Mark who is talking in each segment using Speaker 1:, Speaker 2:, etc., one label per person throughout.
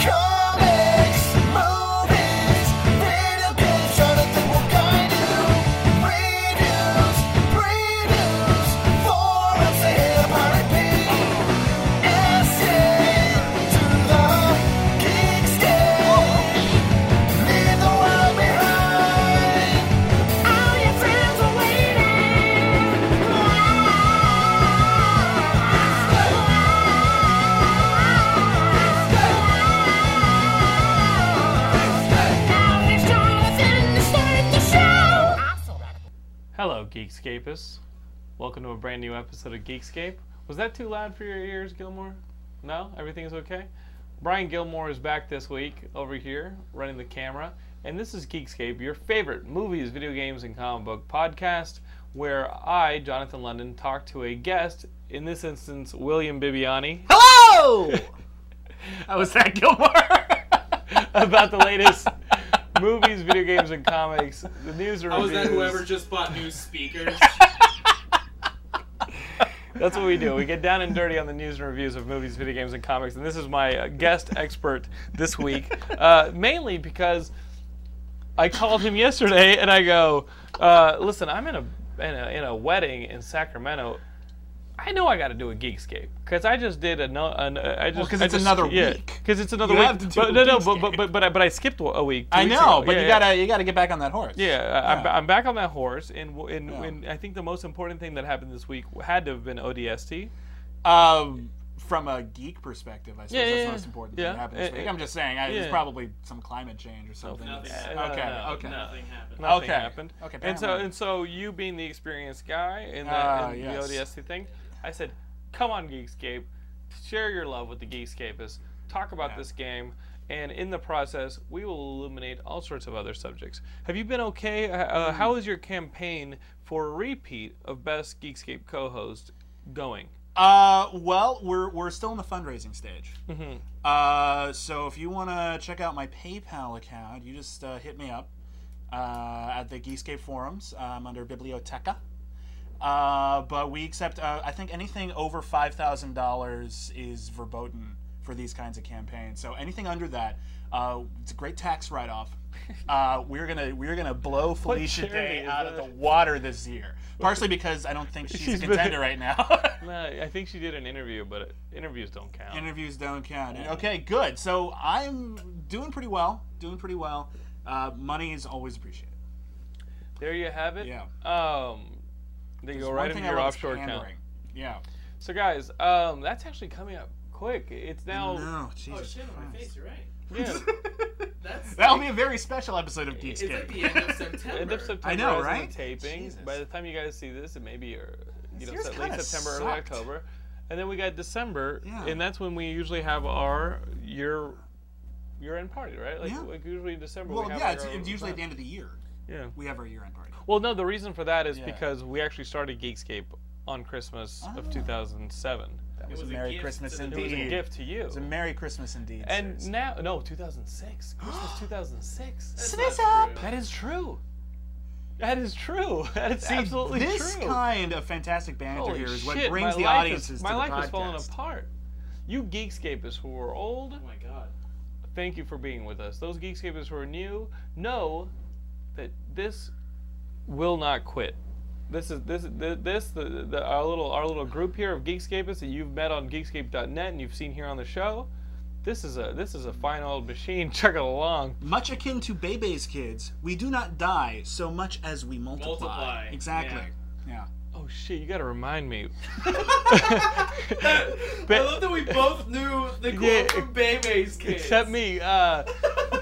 Speaker 1: Comics, movies, video games, Jonathan will guide you. Reviews, previews, forums to hear about it being. Essay to the geek state. Leave the world behind. All your friends are waiting. Now it's Jonathan to start the show.
Speaker 2: Hello, Geekscapists. Welcome to a brand new episode of Geekscape. Was that too loud for your ears, Gilmore? No? Everything's okay? Brian Gilmore is back this week over here running the camera. And this is Geekscape, your favorite movies, video games, and comic book podcast, where I, Jonathan London, talk to a guest, in this instance, William Bibiani,
Speaker 3: Hello! How was that, Gilmore?
Speaker 2: about the latest movies, video games, and comics, the news and
Speaker 4: Oh, is that
Speaker 2: reviews.
Speaker 4: whoever just bought new speakers?
Speaker 2: That's what we do. We get down and dirty on the news and reviews of movies, video games, and comics. And this is my uh, guest expert this week, uh, mainly because I called him yesterday and I go, uh, "Listen, I'm in a, in a in a wedding in Sacramento. I know I got to do a Geekscape because I just did a no. An, uh, I just
Speaker 3: 'cause
Speaker 2: I
Speaker 3: it's
Speaker 2: just-
Speaker 3: another
Speaker 2: yeah,
Speaker 3: week.
Speaker 2: Because it's another
Speaker 3: You
Speaker 2: week.
Speaker 3: have to do
Speaker 2: but,
Speaker 3: a
Speaker 2: no, no, but, but
Speaker 3: Geekscape.
Speaker 2: but but I, but I skipped a week. two
Speaker 3: I
Speaker 2: weeks
Speaker 3: know,
Speaker 2: ago.
Speaker 3: but
Speaker 2: Yeah,
Speaker 3: you
Speaker 2: yeah.
Speaker 3: gotta you gotta get back on that horse.
Speaker 2: Yeah, I- I'm,
Speaker 3: Yeah.
Speaker 2: I'm back on that horse, and w- and,
Speaker 3: Yeah.
Speaker 2: and I think the most important thing that happened this week had to have been ODST.
Speaker 3: Um, from a geek perspective, I suppose
Speaker 2: Yeah,
Speaker 3: that's
Speaker 2: yeah,
Speaker 3: the most important
Speaker 2: yeah.
Speaker 3: thing that happened this
Speaker 2: Uh,
Speaker 3: week. I'm just saying, I,
Speaker 2: yeah.
Speaker 3: there's probably some climate change or something.
Speaker 2: Nothing.
Speaker 3: that's-
Speaker 2: Yeah, no,
Speaker 3: okay,
Speaker 2: no,
Speaker 3: okay.
Speaker 4: Nothing happened.
Speaker 2: nothing
Speaker 3: Okay.
Speaker 2: happened.
Speaker 3: Okay,
Speaker 2: And so
Speaker 3: apparently.
Speaker 2: and so you being the experienced guy in, that,
Speaker 3: Ah,
Speaker 2: in
Speaker 3: yes.
Speaker 2: the ODST thing, I said, "Come on, Geekscape, share your love with the Geekscapists. Talk about this game." And in the process, we will illuminate all sorts of other subjects. Have you been okay? Uh, Uh,
Speaker 3: Mm-hmm.
Speaker 2: how is your campaign for a repeat of Best Geekscape co-host going?
Speaker 3: Uh, well, we're we're still in the fundraising stage.
Speaker 2: Mm-hmm.
Speaker 3: Uh, so if you wanna check out my PayPal account, you just uh, hit me up uh, at the Geekscape forums. I'm under Biblioteca. Uh, but we accept. Uh, I think anything over five thousand dollars is verboten for these kinds of campaigns. So anything under that, uh, it's a great tax write-off. Uh, we're gonna we're gonna blow Felicia
Speaker 2: charity
Speaker 3: Day
Speaker 2: is
Speaker 3: out of
Speaker 2: that?
Speaker 3: the water this year. Partially because I don't think she's,
Speaker 2: She's
Speaker 3: a
Speaker 2: been-
Speaker 3: contender right now.
Speaker 2: No, Uh, I think she did an interview, but uh, interviews don't count.
Speaker 3: Interviews don't count. Okay, good. So I'm doing pretty well. Doing pretty well. Uh, money is always appreciated.
Speaker 2: there you have it.
Speaker 3: Yeah.
Speaker 2: Um, they go right
Speaker 3: One
Speaker 2: into
Speaker 3: thing I
Speaker 2: your
Speaker 3: love is
Speaker 2: offshore account.
Speaker 3: pandering. Yeah.
Speaker 2: So guys, um, that's actually coming up quick. It's now
Speaker 3: No, Jesus.
Speaker 4: Oh shit on my face, you're right.
Speaker 2: yeah,
Speaker 4: That's
Speaker 3: That'll be a very special episode of
Speaker 4: it's
Speaker 3: Geekscape.
Speaker 4: like the end of September.
Speaker 2: end of September.
Speaker 3: I know,
Speaker 2: as of the
Speaker 3: right?
Speaker 2: Taping.
Speaker 3: Jesus.
Speaker 2: By the time you guys see this, it may be or you know
Speaker 3: year's
Speaker 2: se- late
Speaker 3: kinda
Speaker 2: September, early
Speaker 3: sucked.
Speaker 2: October, and then we got December,
Speaker 3: Yeah.
Speaker 2: and that's when we usually have our year year end party, right? Like,
Speaker 3: Yeah.
Speaker 2: like usually in December.
Speaker 3: Well,
Speaker 2: we have
Speaker 3: yeah,
Speaker 2: our
Speaker 3: it's,
Speaker 2: own
Speaker 3: it's usually at
Speaker 2: event.
Speaker 3: the end of the year.
Speaker 2: yeah.
Speaker 3: We have our year-end party.
Speaker 2: Well, no, the reason for that is
Speaker 3: Yeah.
Speaker 2: because we actually started Geekscape on Christmas
Speaker 3: Ah.
Speaker 2: of 2007.
Speaker 3: That
Speaker 4: was was a a Merry gift Christmas to the
Speaker 2: It was a gift to you.
Speaker 3: It's a Merry Christmas indeed.
Speaker 2: And
Speaker 3: sirs.
Speaker 2: now, no, 2006. Christmas 2006. That's
Speaker 3: This
Speaker 4: not
Speaker 3: up.
Speaker 4: true.
Speaker 2: That is true. That is true. That is absolutely
Speaker 3: this
Speaker 2: true.
Speaker 3: kind of fantastic banter
Speaker 2: Holy
Speaker 3: here is what
Speaker 2: shit,
Speaker 3: brings
Speaker 2: my
Speaker 3: the
Speaker 2: life
Speaker 3: audiences
Speaker 2: is,
Speaker 3: to
Speaker 2: My
Speaker 3: the
Speaker 2: life
Speaker 3: podcast.
Speaker 2: is falling apart. You Geekscapists who are old,
Speaker 4: Oh my god.
Speaker 2: thank you for being with us. Those Geekscapists who are new, know that this will not quit. This is this this, this the, the our little our little group here of Geekscapists that you've met on Geekscape.net and you've seen here on the show. This is a this is a fine old machine chugging along.
Speaker 3: Much akin to Bebe's kids, we do not die so much as we multiply.
Speaker 4: Multiply,
Speaker 3: Exactly. Yeah.
Speaker 2: Oh shit! You gotta remind me.
Speaker 4: I love that we both knew the quote
Speaker 2: Yeah,
Speaker 4: from Bebe's kids.
Speaker 2: Except me. Uh,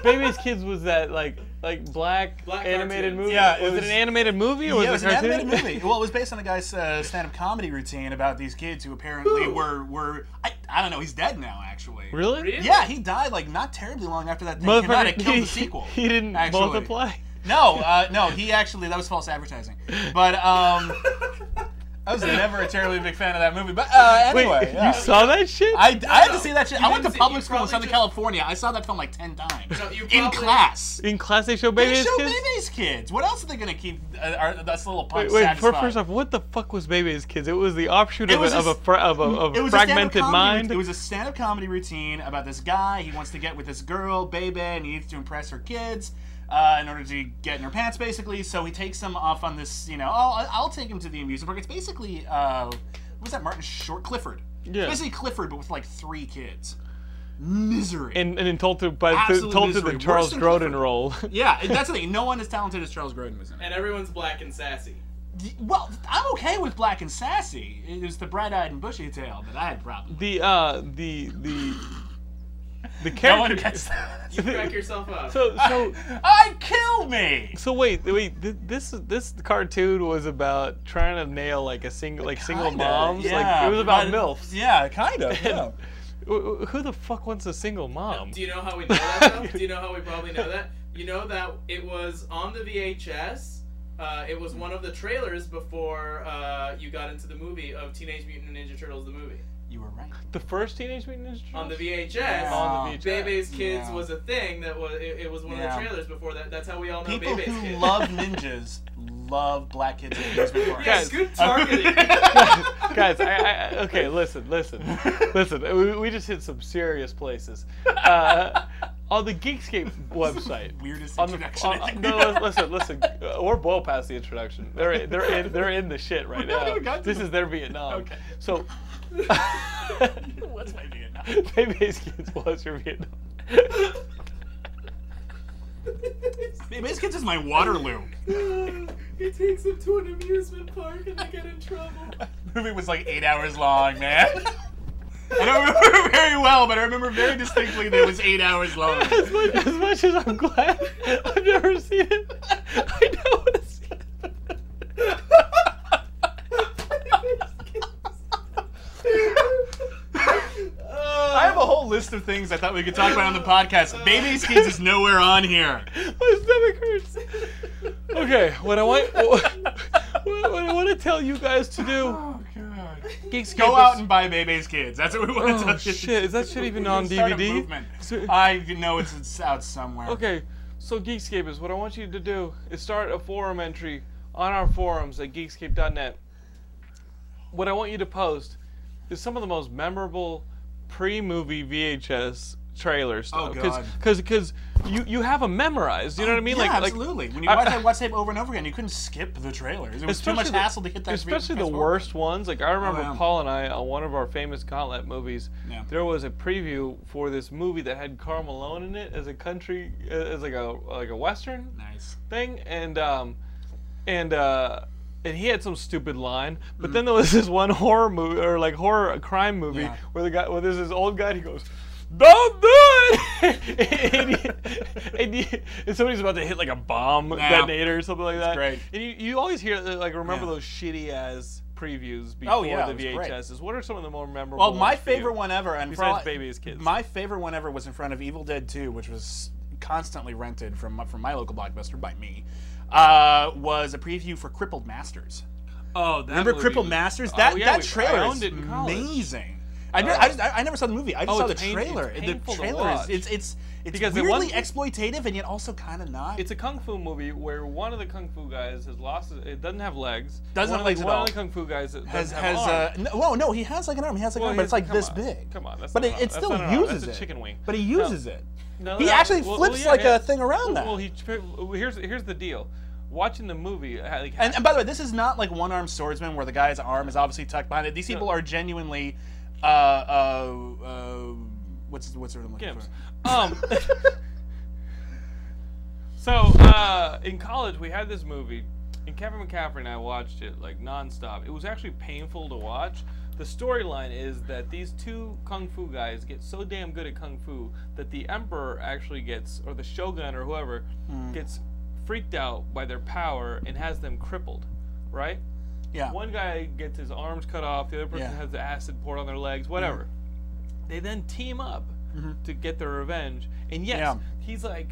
Speaker 2: Baby's Kids was that like like black,
Speaker 4: Black
Speaker 2: animated
Speaker 4: cartoons.
Speaker 2: movie.
Speaker 3: Yeah, it
Speaker 2: was, it
Speaker 3: was-
Speaker 2: an animated movie or
Speaker 3: yeah, it
Speaker 2: was
Speaker 3: was
Speaker 2: it
Speaker 3: an
Speaker 2: a cartoon?
Speaker 3: animated movie. Well, it was based on a guy's uh, stand-up comedy routine about these kids who apparently were were I, I don't know. He's dead now, actually.
Speaker 2: really?
Speaker 4: Really?
Speaker 3: Yeah, he died like not terribly long after that thing came out. It killed
Speaker 2: he,
Speaker 3: the sequel.
Speaker 2: he didn't
Speaker 3: actually.
Speaker 2: multiply.
Speaker 3: No, uh, no, he actually that was false advertising. But um, I was never a terribly big fan of that movie. But uh,
Speaker 2: Wait,
Speaker 3: anyway, yeah.
Speaker 2: you saw that shit?
Speaker 3: I, I had
Speaker 4: no.
Speaker 3: to see that shit.
Speaker 4: You
Speaker 3: I went to
Speaker 4: didn't see- you
Speaker 3: public school in
Speaker 4: probably
Speaker 3: Southern
Speaker 4: just-
Speaker 3: California. I saw that film like ten times
Speaker 4: No, you
Speaker 3: in
Speaker 4: probably-
Speaker 3: class.
Speaker 2: In class, they show
Speaker 3: They
Speaker 2: Baby's
Speaker 3: show
Speaker 2: Kids.
Speaker 3: baby's kids. What else are they gonna keep? Uh, are, that's a little punk
Speaker 2: Wait, wait
Speaker 3: satisfied.
Speaker 2: for, first off, what the fuck was Baby's Kids? It was the offshoot
Speaker 3: It
Speaker 2: of,
Speaker 3: was
Speaker 2: a, of
Speaker 3: a
Speaker 2: a,
Speaker 3: s-
Speaker 2: fra- of a, of
Speaker 3: It was a stand-up
Speaker 2: fragmented
Speaker 3: comedy
Speaker 2: mind.
Speaker 3: routine- It was a stand-up comedy routine about this guy. He wants to get with this girl, Bebe, and he needs to impress her kids uh, in order to get in her pants, basically. So he takes him off on this, you know, oh, I'll take him to the amusement park. It's basically, uh, what was that Martin Short? Clifford.
Speaker 2: Yeah.
Speaker 3: It's basically Clifford, but with like three kids. Misery.
Speaker 2: and, and then told to by
Speaker 3: Absolute
Speaker 2: told to
Speaker 3: misery.
Speaker 2: the
Speaker 3: Worse
Speaker 2: Charles
Speaker 3: than
Speaker 2: Grodin
Speaker 3: Clifford.
Speaker 2: role.
Speaker 3: yeah, and that's the thing. No one as talented as Charles Grodin was in it.
Speaker 4: And everyone's black and sassy.
Speaker 3: Well, I'm okay with Black and Sassy. It was the bright-eyed and bushy-tailed that I had problems.
Speaker 2: the uh the the the
Speaker 3: No one
Speaker 2: character.
Speaker 3: gets that.
Speaker 4: You crack yourself up.
Speaker 2: so so
Speaker 3: I kill me.
Speaker 2: So wait, wait. th- This this cartoon was about trying to nail like a single like single
Speaker 3: Kinda,
Speaker 2: moms.
Speaker 3: yeah,
Speaker 2: Like it was about
Speaker 3: but-
Speaker 2: milfs.
Speaker 3: Yeah, kind of. Yeah.
Speaker 2: Wh- wh- Who the fuck wants a single mom?
Speaker 4: Do you know how we know that? Though? Do you know how we probably know that? You know that it was on the VHS. Uh, it was one of the trailers before uh, you got into the movie of Teenage Mutant Ninja Turtles, the movie.
Speaker 3: you were right.
Speaker 2: The first Teenage Mutant Ninja Turtles.
Speaker 4: On the VHS,
Speaker 2: On the VHS.
Speaker 4: Bebe's Kids
Speaker 3: Yeah.
Speaker 4: was a thing that was. It, it was one
Speaker 3: Yeah.
Speaker 4: of the trailers before that. That's how we all know
Speaker 3: People
Speaker 4: Bebe's
Speaker 3: who
Speaker 4: Kids.
Speaker 3: love ninjas love black kids in amusement parks.
Speaker 2: Guys.
Speaker 4: yes, good targeting.
Speaker 2: Guys, I, I, I- okay, listen, listen, listen. We, we just hit some serious places. Uh, on the Geekscape website.
Speaker 3: Weirdest
Speaker 2: on the,
Speaker 3: introduction. I
Speaker 2: on-
Speaker 3: think.
Speaker 2: no, li- listen, listen. Uh, we're well past the introduction. They're in, they're in they're in the shit right
Speaker 3: not even
Speaker 2: now.
Speaker 3: got to
Speaker 2: This
Speaker 3: the-
Speaker 2: is their Vietnam.
Speaker 3: Okay.
Speaker 2: So.
Speaker 3: What's my Vietnam?
Speaker 2: Baby's Kids was your Vietnam.
Speaker 3: Baby's kids is my Waterloo.
Speaker 4: he takes them to an amusement park and they get in trouble.
Speaker 3: movie was like eight hours long, man. I don't remember very well, but I remember very distinctly that it was eight hours long.
Speaker 2: As much, as much as I'm glad I've never seen it, I know what it's.
Speaker 3: I have a whole list of things I thought we could talk about on the podcast. Baby's Kids is nowhere on here.
Speaker 2: My stomach hurts. Okay, what I want, what, what I want to tell you guys to do,
Speaker 3: God.
Speaker 2: Geekscape
Speaker 3: Go
Speaker 2: is-
Speaker 3: out and buy Baby's Kids. That's what we want to
Speaker 2: Oh
Speaker 3: tell you.
Speaker 2: shit! Is that shit even on
Speaker 3: Start a
Speaker 2: DVD?
Speaker 3: movement.
Speaker 2: So-
Speaker 3: I know it's, it's out somewhere.
Speaker 2: Okay, so Geekscape is what I want you to do is start a forum entry on our forums at geekscape.net. What I want you to post is some of the most memorable pre-movie VHS trailers.
Speaker 3: Oh, God.
Speaker 2: Because because you you have them memorized. You know what I mean?
Speaker 3: Yeah,
Speaker 2: like
Speaker 3: absolutely.
Speaker 2: Like,
Speaker 3: when you
Speaker 2: I-
Speaker 3: watch that watch tape over and over again, you couldn't skip the trailers. It was too much
Speaker 2: the-
Speaker 3: hassle to hit that.
Speaker 2: Especially the
Speaker 3: fast forward.
Speaker 2: worst ones. Like I remember
Speaker 3: Oh, yeah.
Speaker 2: Paul and I on one of our famous Gauntlet movies.
Speaker 3: Yeah.
Speaker 2: There was a preview for this movie that had Carl Malone in it as a country, uh, as like a like a western
Speaker 3: Nice.
Speaker 2: thing, and um, and uh, and he had some stupid line. But
Speaker 3: Mm-hmm.
Speaker 2: then there was this one horror movie or like horror crime movie
Speaker 3: Yeah.
Speaker 2: where the guy, where there's this old guy, and he goes. Don't do it! and, you- and, you- and somebody's about to hit like a bomb detonator or something like that.
Speaker 3: great.
Speaker 2: And you, you always hear uh, like remember
Speaker 3: Yeah.
Speaker 2: those shitty ass previews before
Speaker 3: Oh, yeah,
Speaker 2: the
Speaker 3: it was great.
Speaker 2: VHSs. What are some of the more memorable?
Speaker 3: Well, my
Speaker 2: ones for you?
Speaker 3: favorite one ever, and
Speaker 2: Besides
Speaker 3: probably-
Speaker 2: Baby's Kids.
Speaker 3: My favorite one ever was in front of Evil Dead 2, which was constantly rented from from my local blockbuster by me. Uh, was a preview for Crippled Masters.
Speaker 2: Oh, that
Speaker 3: Remember
Speaker 2: movie
Speaker 3: Crippled
Speaker 2: was-
Speaker 3: Masters?
Speaker 2: Oh,
Speaker 3: That
Speaker 2: yeah,
Speaker 3: that
Speaker 2: we- I
Speaker 3: trailer
Speaker 2: owned
Speaker 3: is
Speaker 2: it in college. Uh,
Speaker 3: amazing. I, never, I, just, I, I never saw the movie. I just
Speaker 2: Oh,
Speaker 3: saw
Speaker 2: it's
Speaker 3: the
Speaker 2: pain- it's
Speaker 3: trailer. the
Speaker 2: painful to
Speaker 3: trailer
Speaker 2: watch.
Speaker 3: is it's it's it's
Speaker 2: Because at one
Speaker 3: weirdly
Speaker 2: point-
Speaker 3: exploitative and yet also kind of not.
Speaker 2: It's a kung fu movie where one of the kung fu guys has lost. His, it doesn't have legs.
Speaker 3: Doesn't
Speaker 2: one
Speaker 3: have
Speaker 2: of
Speaker 3: legs
Speaker 2: the,
Speaker 3: at
Speaker 2: One
Speaker 3: all.
Speaker 2: of the kung fu guys that
Speaker 3: has
Speaker 2: doesn't
Speaker 3: has
Speaker 2: have an
Speaker 3: uh
Speaker 2: arm.
Speaker 3: no, well, no he has like an arm he has like an
Speaker 2: Well,
Speaker 3: arm
Speaker 2: he
Speaker 3: but
Speaker 2: has-
Speaker 3: it's like
Speaker 2: come
Speaker 3: this
Speaker 2: on,
Speaker 3: big
Speaker 2: come on, that's
Speaker 3: but
Speaker 2: not
Speaker 3: it,
Speaker 2: an arm,
Speaker 3: it's
Speaker 2: that's
Speaker 3: still
Speaker 2: not an arm,
Speaker 3: uses
Speaker 2: that's a
Speaker 3: it
Speaker 2: chicken wing.
Speaker 3: but he
Speaker 2: No.
Speaker 3: uses it
Speaker 2: No,
Speaker 3: he
Speaker 2: no,
Speaker 3: actually
Speaker 2: well- well,
Speaker 3: flips
Speaker 2: yeah,
Speaker 3: like
Speaker 2: yeah.
Speaker 3: a thing
Speaker 2: Well,
Speaker 3: around that
Speaker 2: well, he tri- well, here's here's the deal. watching the movie, ha- like,
Speaker 3: And, and by the way, this is not like one armed swordsman where the guy's arm is obviously tucked behind it. These people are genuinely, uh, uh, uh what's what's the word I'm looking
Speaker 2: Gimps.
Speaker 3: for?
Speaker 2: Um, so uh, in college, we had this movie, and Kevin McCaffrey and I watched it like nonstop. It was actually painful to watch. The storyline is that these two kung fu guys get so damn good at kung fu that the emperor actually gets, or the shogun or whoever,
Speaker 3: Mm.
Speaker 2: gets freaked out by their power and has them crippled, right?
Speaker 3: Yeah.
Speaker 2: One guy gets his arms cut off, the other person
Speaker 3: Yeah. Mm-hmm.
Speaker 2: has the acid poured on their legs, whatever they then team up to get their revenge. And yes,
Speaker 3: Yeah.
Speaker 2: he's like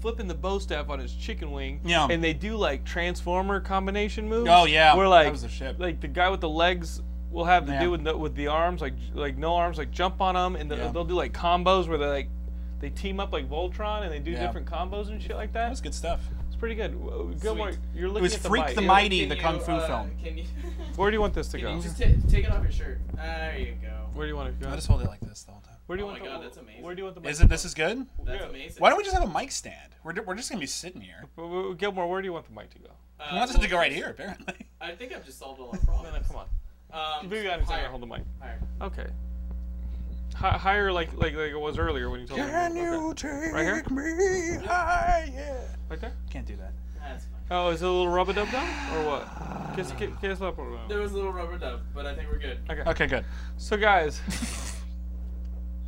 Speaker 2: flipping the bow staff on his chicken wing.
Speaker 3: Yeah.
Speaker 2: And they do like transformer combination moves.
Speaker 3: Oh, yeah.
Speaker 2: Where
Speaker 3: That
Speaker 2: like
Speaker 3: was the shit.
Speaker 2: like the guy with the legs will have the
Speaker 3: Yeah.
Speaker 2: dude with the, with the arms like like no arms like jump on him and the,
Speaker 3: Yeah.
Speaker 2: they'll do like combos where they like they team up like Voltron and they do
Speaker 3: Yeah.
Speaker 2: different combos and shit like that.
Speaker 3: That's good stuff.
Speaker 2: It's pretty good. W- Gilmore,
Speaker 4: Sweet.
Speaker 2: you're looking
Speaker 3: was
Speaker 2: at the
Speaker 3: Freak
Speaker 2: mic.
Speaker 3: the Mighty,
Speaker 4: Can
Speaker 3: the
Speaker 4: you,
Speaker 3: kung fu
Speaker 4: uh,
Speaker 3: film.
Speaker 4: Can you
Speaker 2: Where do you want this to go?
Speaker 4: can you just t- take it off your shirt? There you go.
Speaker 2: Where do you want it to go?
Speaker 3: I just hold it like this the whole time.
Speaker 2: Where do you
Speaker 4: Oh
Speaker 2: want
Speaker 4: my
Speaker 2: the,
Speaker 4: God, that's amazing.
Speaker 2: Where do you want the mic?
Speaker 3: Is it? This is good.
Speaker 4: That's
Speaker 2: Yeah.
Speaker 4: amazing.
Speaker 3: Why don't we just have a mic stand? We're, we're just gonna be sitting here.
Speaker 2: W- w- Gilmore, where do you want the mic to go?
Speaker 4: Uh,
Speaker 3: He wants us
Speaker 4: well,
Speaker 3: to go right here, apparently.
Speaker 4: I think I've just solved all our
Speaker 2: No,
Speaker 4: problems.
Speaker 2: no, come on.
Speaker 4: Um,
Speaker 2: Maybe I understand.
Speaker 4: higher,
Speaker 2: how to Hold the mic.
Speaker 4: higher.
Speaker 2: Okay. Hi- higher, like like like it was earlier when you told me. to move. Oh, Okay. Right here?
Speaker 3: me higher?
Speaker 2: Right there.
Speaker 3: Can't do that.
Speaker 4: That's fine.
Speaker 2: Oh, is it a little rub a dub dub or what? Kiss, kiss, kiss up or
Speaker 4: There was a little rubber dub, but I think we're good.
Speaker 2: Okay.
Speaker 3: Okay, good.
Speaker 2: So guys,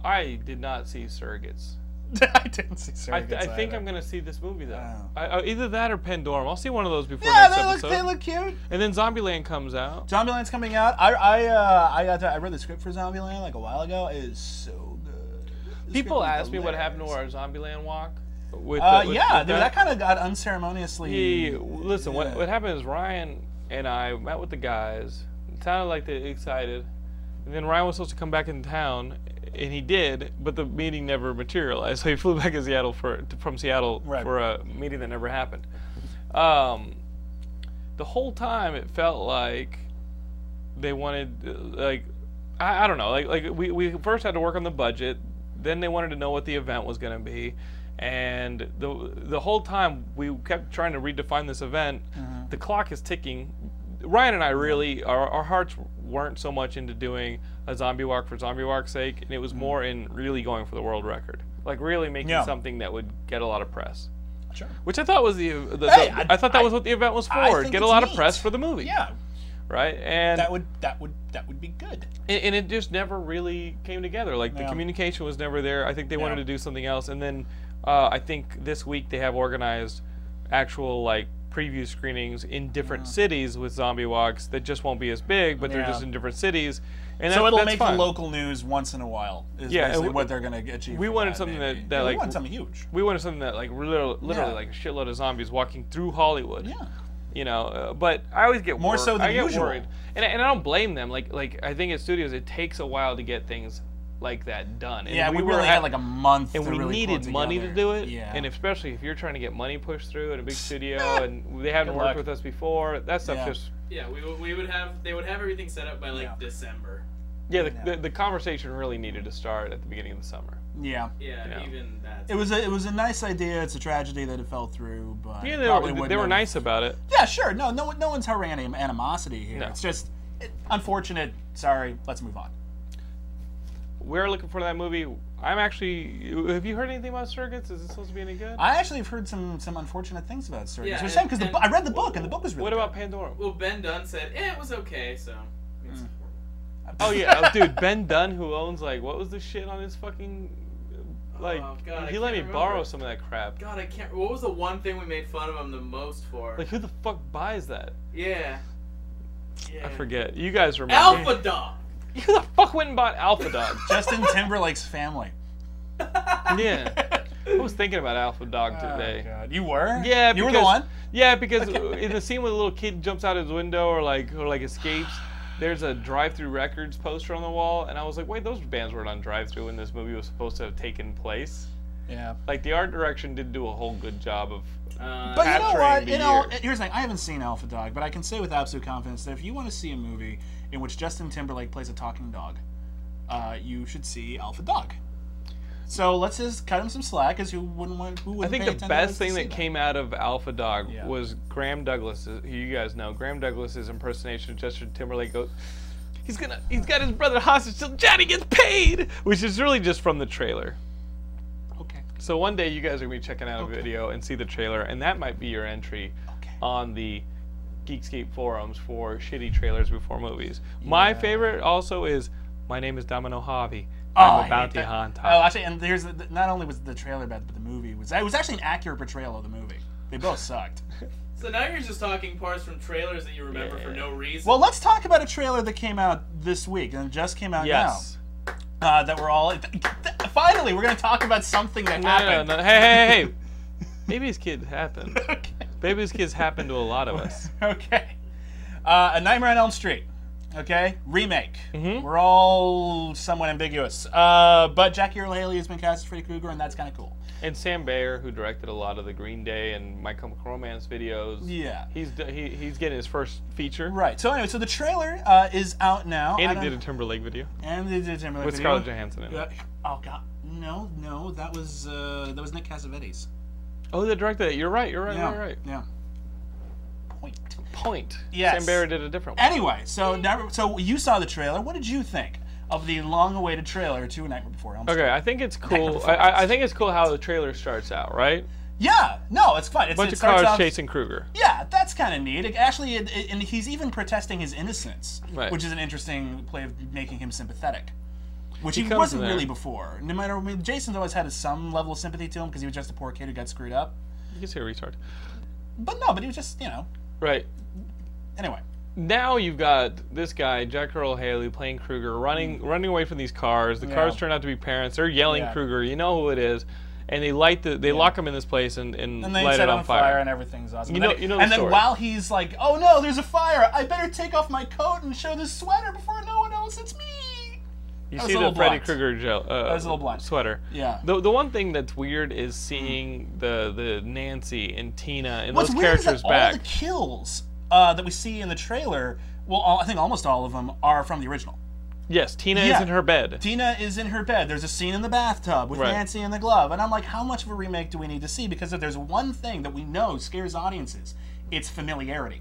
Speaker 2: I did not see Surrogates.
Speaker 3: I didn't see
Speaker 2: I,
Speaker 3: surrogates.
Speaker 2: th- I think
Speaker 3: either.
Speaker 2: I'm gonna see this movie though.
Speaker 3: Wow.
Speaker 2: I, I, either that or Pandorum. I'll see one of those before
Speaker 3: Yeah,
Speaker 2: next
Speaker 3: they look,
Speaker 2: episode.
Speaker 3: they look cute.
Speaker 2: And then Zombieland comes out.
Speaker 3: Zombieland's coming out. I I uh, I got to, I read the script for Zombieland like a while ago. It is so good. This
Speaker 2: People
Speaker 3: script is
Speaker 2: ask me what happened to our Zombieland walk. With
Speaker 3: Uh,
Speaker 2: the- with-
Speaker 3: yeah,
Speaker 2: with
Speaker 3: dude, that kind of got unceremoniously.
Speaker 2: Hey, listen, what, what happened is Ryan and I met with the guys. It sounded like they excited. And then Ryan was supposed to come back in town, and he did, but the meeting never materialized. So he flew back to Seattle for, to- from Seattle
Speaker 3: Right.
Speaker 2: for a meeting that never happened. Um, the whole time it felt like they wanted, uh, like, I, I don't know, like, like we, we first had to work on the budget, then they wanted to know what the event was going to be. And the, the whole time we kept trying to redefine this event,
Speaker 3: Mm-hmm.
Speaker 2: the clock is ticking. Ryan and I really, our, our hearts weren't so much into doing a zombie walk for zombie walk's sake, and it was more in really going for the world record. Like, really making
Speaker 3: Mm-hmm. Yeah.
Speaker 2: something that would get a lot of press.
Speaker 3: Sure.
Speaker 2: Which I thought was the, the, the-
Speaker 3: Hey,
Speaker 2: I,
Speaker 3: I-
Speaker 2: thought that was what the event was
Speaker 3: I
Speaker 2: for.
Speaker 3: think
Speaker 2: Get a
Speaker 3: it's
Speaker 2: lot of
Speaker 3: neat.
Speaker 2: press for the movie.
Speaker 3: Yeah,
Speaker 2: Right. And
Speaker 3: that would that would that would be good.
Speaker 2: and, and it just never really came together. Like the
Speaker 3: Yeah.
Speaker 2: communication was never there. I think they wanted
Speaker 3: Yeah.
Speaker 2: to do something else, and then uh, I think this week they have organized actual like preview screenings in different cities with zombie walks that just won't be as big, but they're
Speaker 3: Yeah.
Speaker 2: just in different cities. And
Speaker 3: So
Speaker 2: that-
Speaker 3: it'll
Speaker 2: that's
Speaker 3: make
Speaker 2: fine.
Speaker 3: the local news once in a while. Is
Speaker 2: Yeah,
Speaker 3: yeah,
Speaker 2: and
Speaker 3: basically
Speaker 2: we-
Speaker 3: what they're gonna achieve.
Speaker 2: we
Speaker 3: from
Speaker 2: wanted
Speaker 3: that,
Speaker 2: something
Speaker 3: maybe.
Speaker 2: that- that,
Speaker 3: Yeah,
Speaker 2: like,
Speaker 3: we wanted something huge.
Speaker 2: We wanted something that like literally, literally
Speaker 3: Yeah.
Speaker 2: like a shitload of zombies walking through Hollywood.
Speaker 3: Yeah.
Speaker 2: You know, uh, but I always get
Speaker 3: More
Speaker 2: wor-
Speaker 3: so than
Speaker 2: I get
Speaker 3: usual.
Speaker 2: worried, and I, and I don't blame them. Like like I think at studios it takes a while to get things like that done. And
Speaker 3: Yeah, we,
Speaker 2: were
Speaker 3: really
Speaker 2: at-
Speaker 3: had like a month.
Speaker 2: and
Speaker 3: to
Speaker 2: we
Speaker 3: really pull
Speaker 2: needed money to
Speaker 3: together.
Speaker 2: do it.
Speaker 3: Yeah.
Speaker 2: And especially if you're trying to get money pushed through at a big studio and they haven't worked
Speaker 3: luck.
Speaker 2: with us before, that stuff
Speaker 3: Yeah.
Speaker 2: just
Speaker 4: Yeah, we, would- we would have they would have everything set up by like
Speaker 3: Yeah.
Speaker 4: December.
Speaker 2: yeah, the, the, the conversation really needed to start at the beginning of the summer.
Speaker 3: yeah.
Speaker 4: Yeah,
Speaker 2: Yeah.
Speaker 4: even that.
Speaker 3: It was a it was a nice idea. It's a tragedy that it fell through, but
Speaker 2: Yeah,
Speaker 3: it
Speaker 2: they
Speaker 3: probably
Speaker 2: were,
Speaker 3: wouldn't
Speaker 2: they were
Speaker 3: have-
Speaker 2: nice about it.
Speaker 3: Yeah, sure. No, no, no one's harboring any animosity here. It's just it, unfortunate. Sorry. Let's move on.
Speaker 2: We're looking for that movie. I'm actually. Have you heard anything about Surrogates? Is it supposed to be any good?
Speaker 3: I actually have heard some some unfortunate things about Sir.
Speaker 4: Yeah,
Speaker 3: Yeah,
Speaker 4: and-
Speaker 3: because
Speaker 4: and-
Speaker 3: I read the book and the book was really.
Speaker 2: what about Pandora?
Speaker 4: well, Ben Dunn said eh, it was okay, so. I mean, it's horrible.
Speaker 2: Oh yeah, oh, dude, Ben Dunn, who owns like what was the shit on his fucking, like
Speaker 4: Oh, God, I
Speaker 2: he let me
Speaker 4: can't
Speaker 2: borrow
Speaker 4: remember.
Speaker 2: some of that crap.
Speaker 4: God, I can't. What was the one thing we made fun of him the most for?
Speaker 2: Like who the fuck buys that?
Speaker 4: yeah. yeah.
Speaker 2: I forget. You guys remember?
Speaker 4: Alpha Dog.
Speaker 2: Who the fuck went and bought Alpha Dog?
Speaker 3: good. Justin Timberlake's family?
Speaker 2: yeah, I was thinking about Alpha Dog
Speaker 4: Oh,
Speaker 2: today.
Speaker 3: Oh, God, you were.
Speaker 2: Yeah,
Speaker 3: you were
Speaker 2: because,
Speaker 3: the one.
Speaker 2: Yeah, because in the scene where the little kid jumps out his window or like or like escapes, there's a drive-through records poster on the wall, and I was like, wait, those bands weren't on drive-through when this movie was supposed to have taken place.
Speaker 3: Yeah.
Speaker 2: Like the art direction did do a whole good job of.
Speaker 4: Uh,
Speaker 3: But you know
Speaker 2: capturing
Speaker 3: what?
Speaker 2: the
Speaker 3: You know,
Speaker 2: years.
Speaker 3: here's the thing. I haven't seen Alpha Dog, but I can say with absolute confidence that if you want to see a movie in which Justin Timberlake plays a talking dog, uh, you should see Alpha Dog. So let's just cut him some slack, because who wouldn't want? Who
Speaker 2: I
Speaker 3: wouldn't
Speaker 2: think
Speaker 3: pay
Speaker 2: the
Speaker 3: $10
Speaker 2: best
Speaker 3: to
Speaker 2: thing
Speaker 3: see
Speaker 2: that came out of Alpha Dog
Speaker 3: Yeah.
Speaker 2: was Graham Douglas, who you guys know. Graham Douglas's impersonation of Justin Timberlake goes, "He's gonna, he's got his brother hostage till Johnny gets paid," which is really just from the trailer.
Speaker 3: Okay.
Speaker 2: So one day you guys are gonna be checking out a video and see the trailer, and that might be your entry on the Geekscape forums for shitty trailers before movies. My favorite also is "My name is Domino Javi.
Speaker 3: Oh, I
Speaker 2: I'm a
Speaker 3: hate
Speaker 2: bounty
Speaker 3: that.
Speaker 2: hunter."
Speaker 3: Oh, actually, and there's the, not only was the trailer bad, but the movie was. It was actually an accurate portrayal of the movie. They both sucked.
Speaker 4: So now you're just talking parts from trailers that you remember for no reason.
Speaker 3: well, let's talk about a trailer that came out this week and just came out
Speaker 2: yes.
Speaker 3: now. Uh, that we're all finally we're gonna talk about something that
Speaker 2: No, no,
Speaker 3: happened.
Speaker 2: no. Hey, hey, hey, hey. Baby's kid happened.
Speaker 3: Okay.
Speaker 2: Baby's kids happened to a lot of us.
Speaker 3: okay. Uh, a Nightmare on Elm Street. Okay, remake.
Speaker 2: Mm-hmm.
Speaker 3: We're all somewhat ambiguous, uh, but Jackie Earl Haley has been cast as Freddy Krueger, and that's kind of cool.
Speaker 2: And Sam Bayer, who directed a lot of the Green Day and My Chemical Romance videos.
Speaker 3: Yeah.
Speaker 2: He's d- he, he's getting his first feature.
Speaker 3: Right. So anyway, so the trailer uh, is out now. I
Speaker 2: And
Speaker 3: don't-
Speaker 2: he did a Timberlake video
Speaker 3: And they did Timberlake
Speaker 2: with
Speaker 3: video.
Speaker 2: Scarlett Johansson in
Speaker 3: Uh,
Speaker 2: it.
Speaker 3: oh God, no, no, that was uh, that was Nick Cassavetes.
Speaker 2: Oh, the director. You're right. You're right.
Speaker 3: Yeah,
Speaker 2: You're right.
Speaker 3: yeah. Point.
Speaker 2: Point.
Speaker 3: Yes.
Speaker 2: Sam Bayer did a different one.
Speaker 3: Anyway, so now, so you saw the trailer. What did you think of the long-awaited trailer to A Nightmare Before Elm Street?
Speaker 2: Okay, I think it's cool. I, I, I think it's cool how the trailer starts out, right?
Speaker 3: Yeah. No, it's fun. It's,
Speaker 2: Bunch
Speaker 3: it
Speaker 2: of
Speaker 3: starts
Speaker 2: cars
Speaker 3: off-
Speaker 2: chasing Krueger.
Speaker 3: Yeah, that's kind of neat. It- actually, it, it- and he's even protesting his innocence,
Speaker 2: Right.
Speaker 3: which is an interesting play of making him sympathetic, which he,
Speaker 2: comes
Speaker 3: wasn't
Speaker 2: there.
Speaker 3: really before. No matter, I mean, Jason's always had some level of sympathy to him because he was just a poor kid who got screwed up.
Speaker 2: You can say retard.
Speaker 3: But no, but he was just, you know.
Speaker 2: Right.
Speaker 3: Anyway,
Speaker 2: now you've got this guy, Jack Earl Haley, playing Kruger, running running away from these cars. The cars turn out to be parents. They're yelling
Speaker 3: Mm. Yeah.
Speaker 2: Kruger. You know who it is, and they light the they lock him in this place and, and,
Speaker 3: and they
Speaker 2: light
Speaker 3: set
Speaker 2: it
Speaker 3: on,
Speaker 2: on
Speaker 3: fire. and everything's awesome.
Speaker 2: You
Speaker 3: and
Speaker 2: know-
Speaker 3: then,
Speaker 2: you know the
Speaker 3: and then
Speaker 2: story.
Speaker 3: while he's like, "Oh no, there's a fire! I better take off my coat and show this sweater before no one else. It's me."
Speaker 2: you
Speaker 3: That was
Speaker 2: see
Speaker 3: a
Speaker 2: the
Speaker 3: little
Speaker 2: Freddy
Speaker 3: blunt.
Speaker 2: Krueger gel, uh,
Speaker 3: was a little blunt.
Speaker 2: sweater.
Speaker 3: Yeah.
Speaker 2: The, the one thing that's weird is seeing the the Nancy and Tina and
Speaker 3: What's
Speaker 2: those
Speaker 3: weird is
Speaker 2: characters
Speaker 3: that all
Speaker 2: back.
Speaker 3: the kills uh, that we see in the trailer, well, all, I think almost all of them are from the original.
Speaker 2: yes, Tina
Speaker 3: Yeah.
Speaker 2: is in her bed.
Speaker 3: Tina is in her bed. There's a scene in the bathtub with
Speaker 2: Right.
Speaker 3: Nancy and the glove. And I'm like, how much of a remake do we need to see? Because if there's one thing that we know scares audiences, it's familiarity.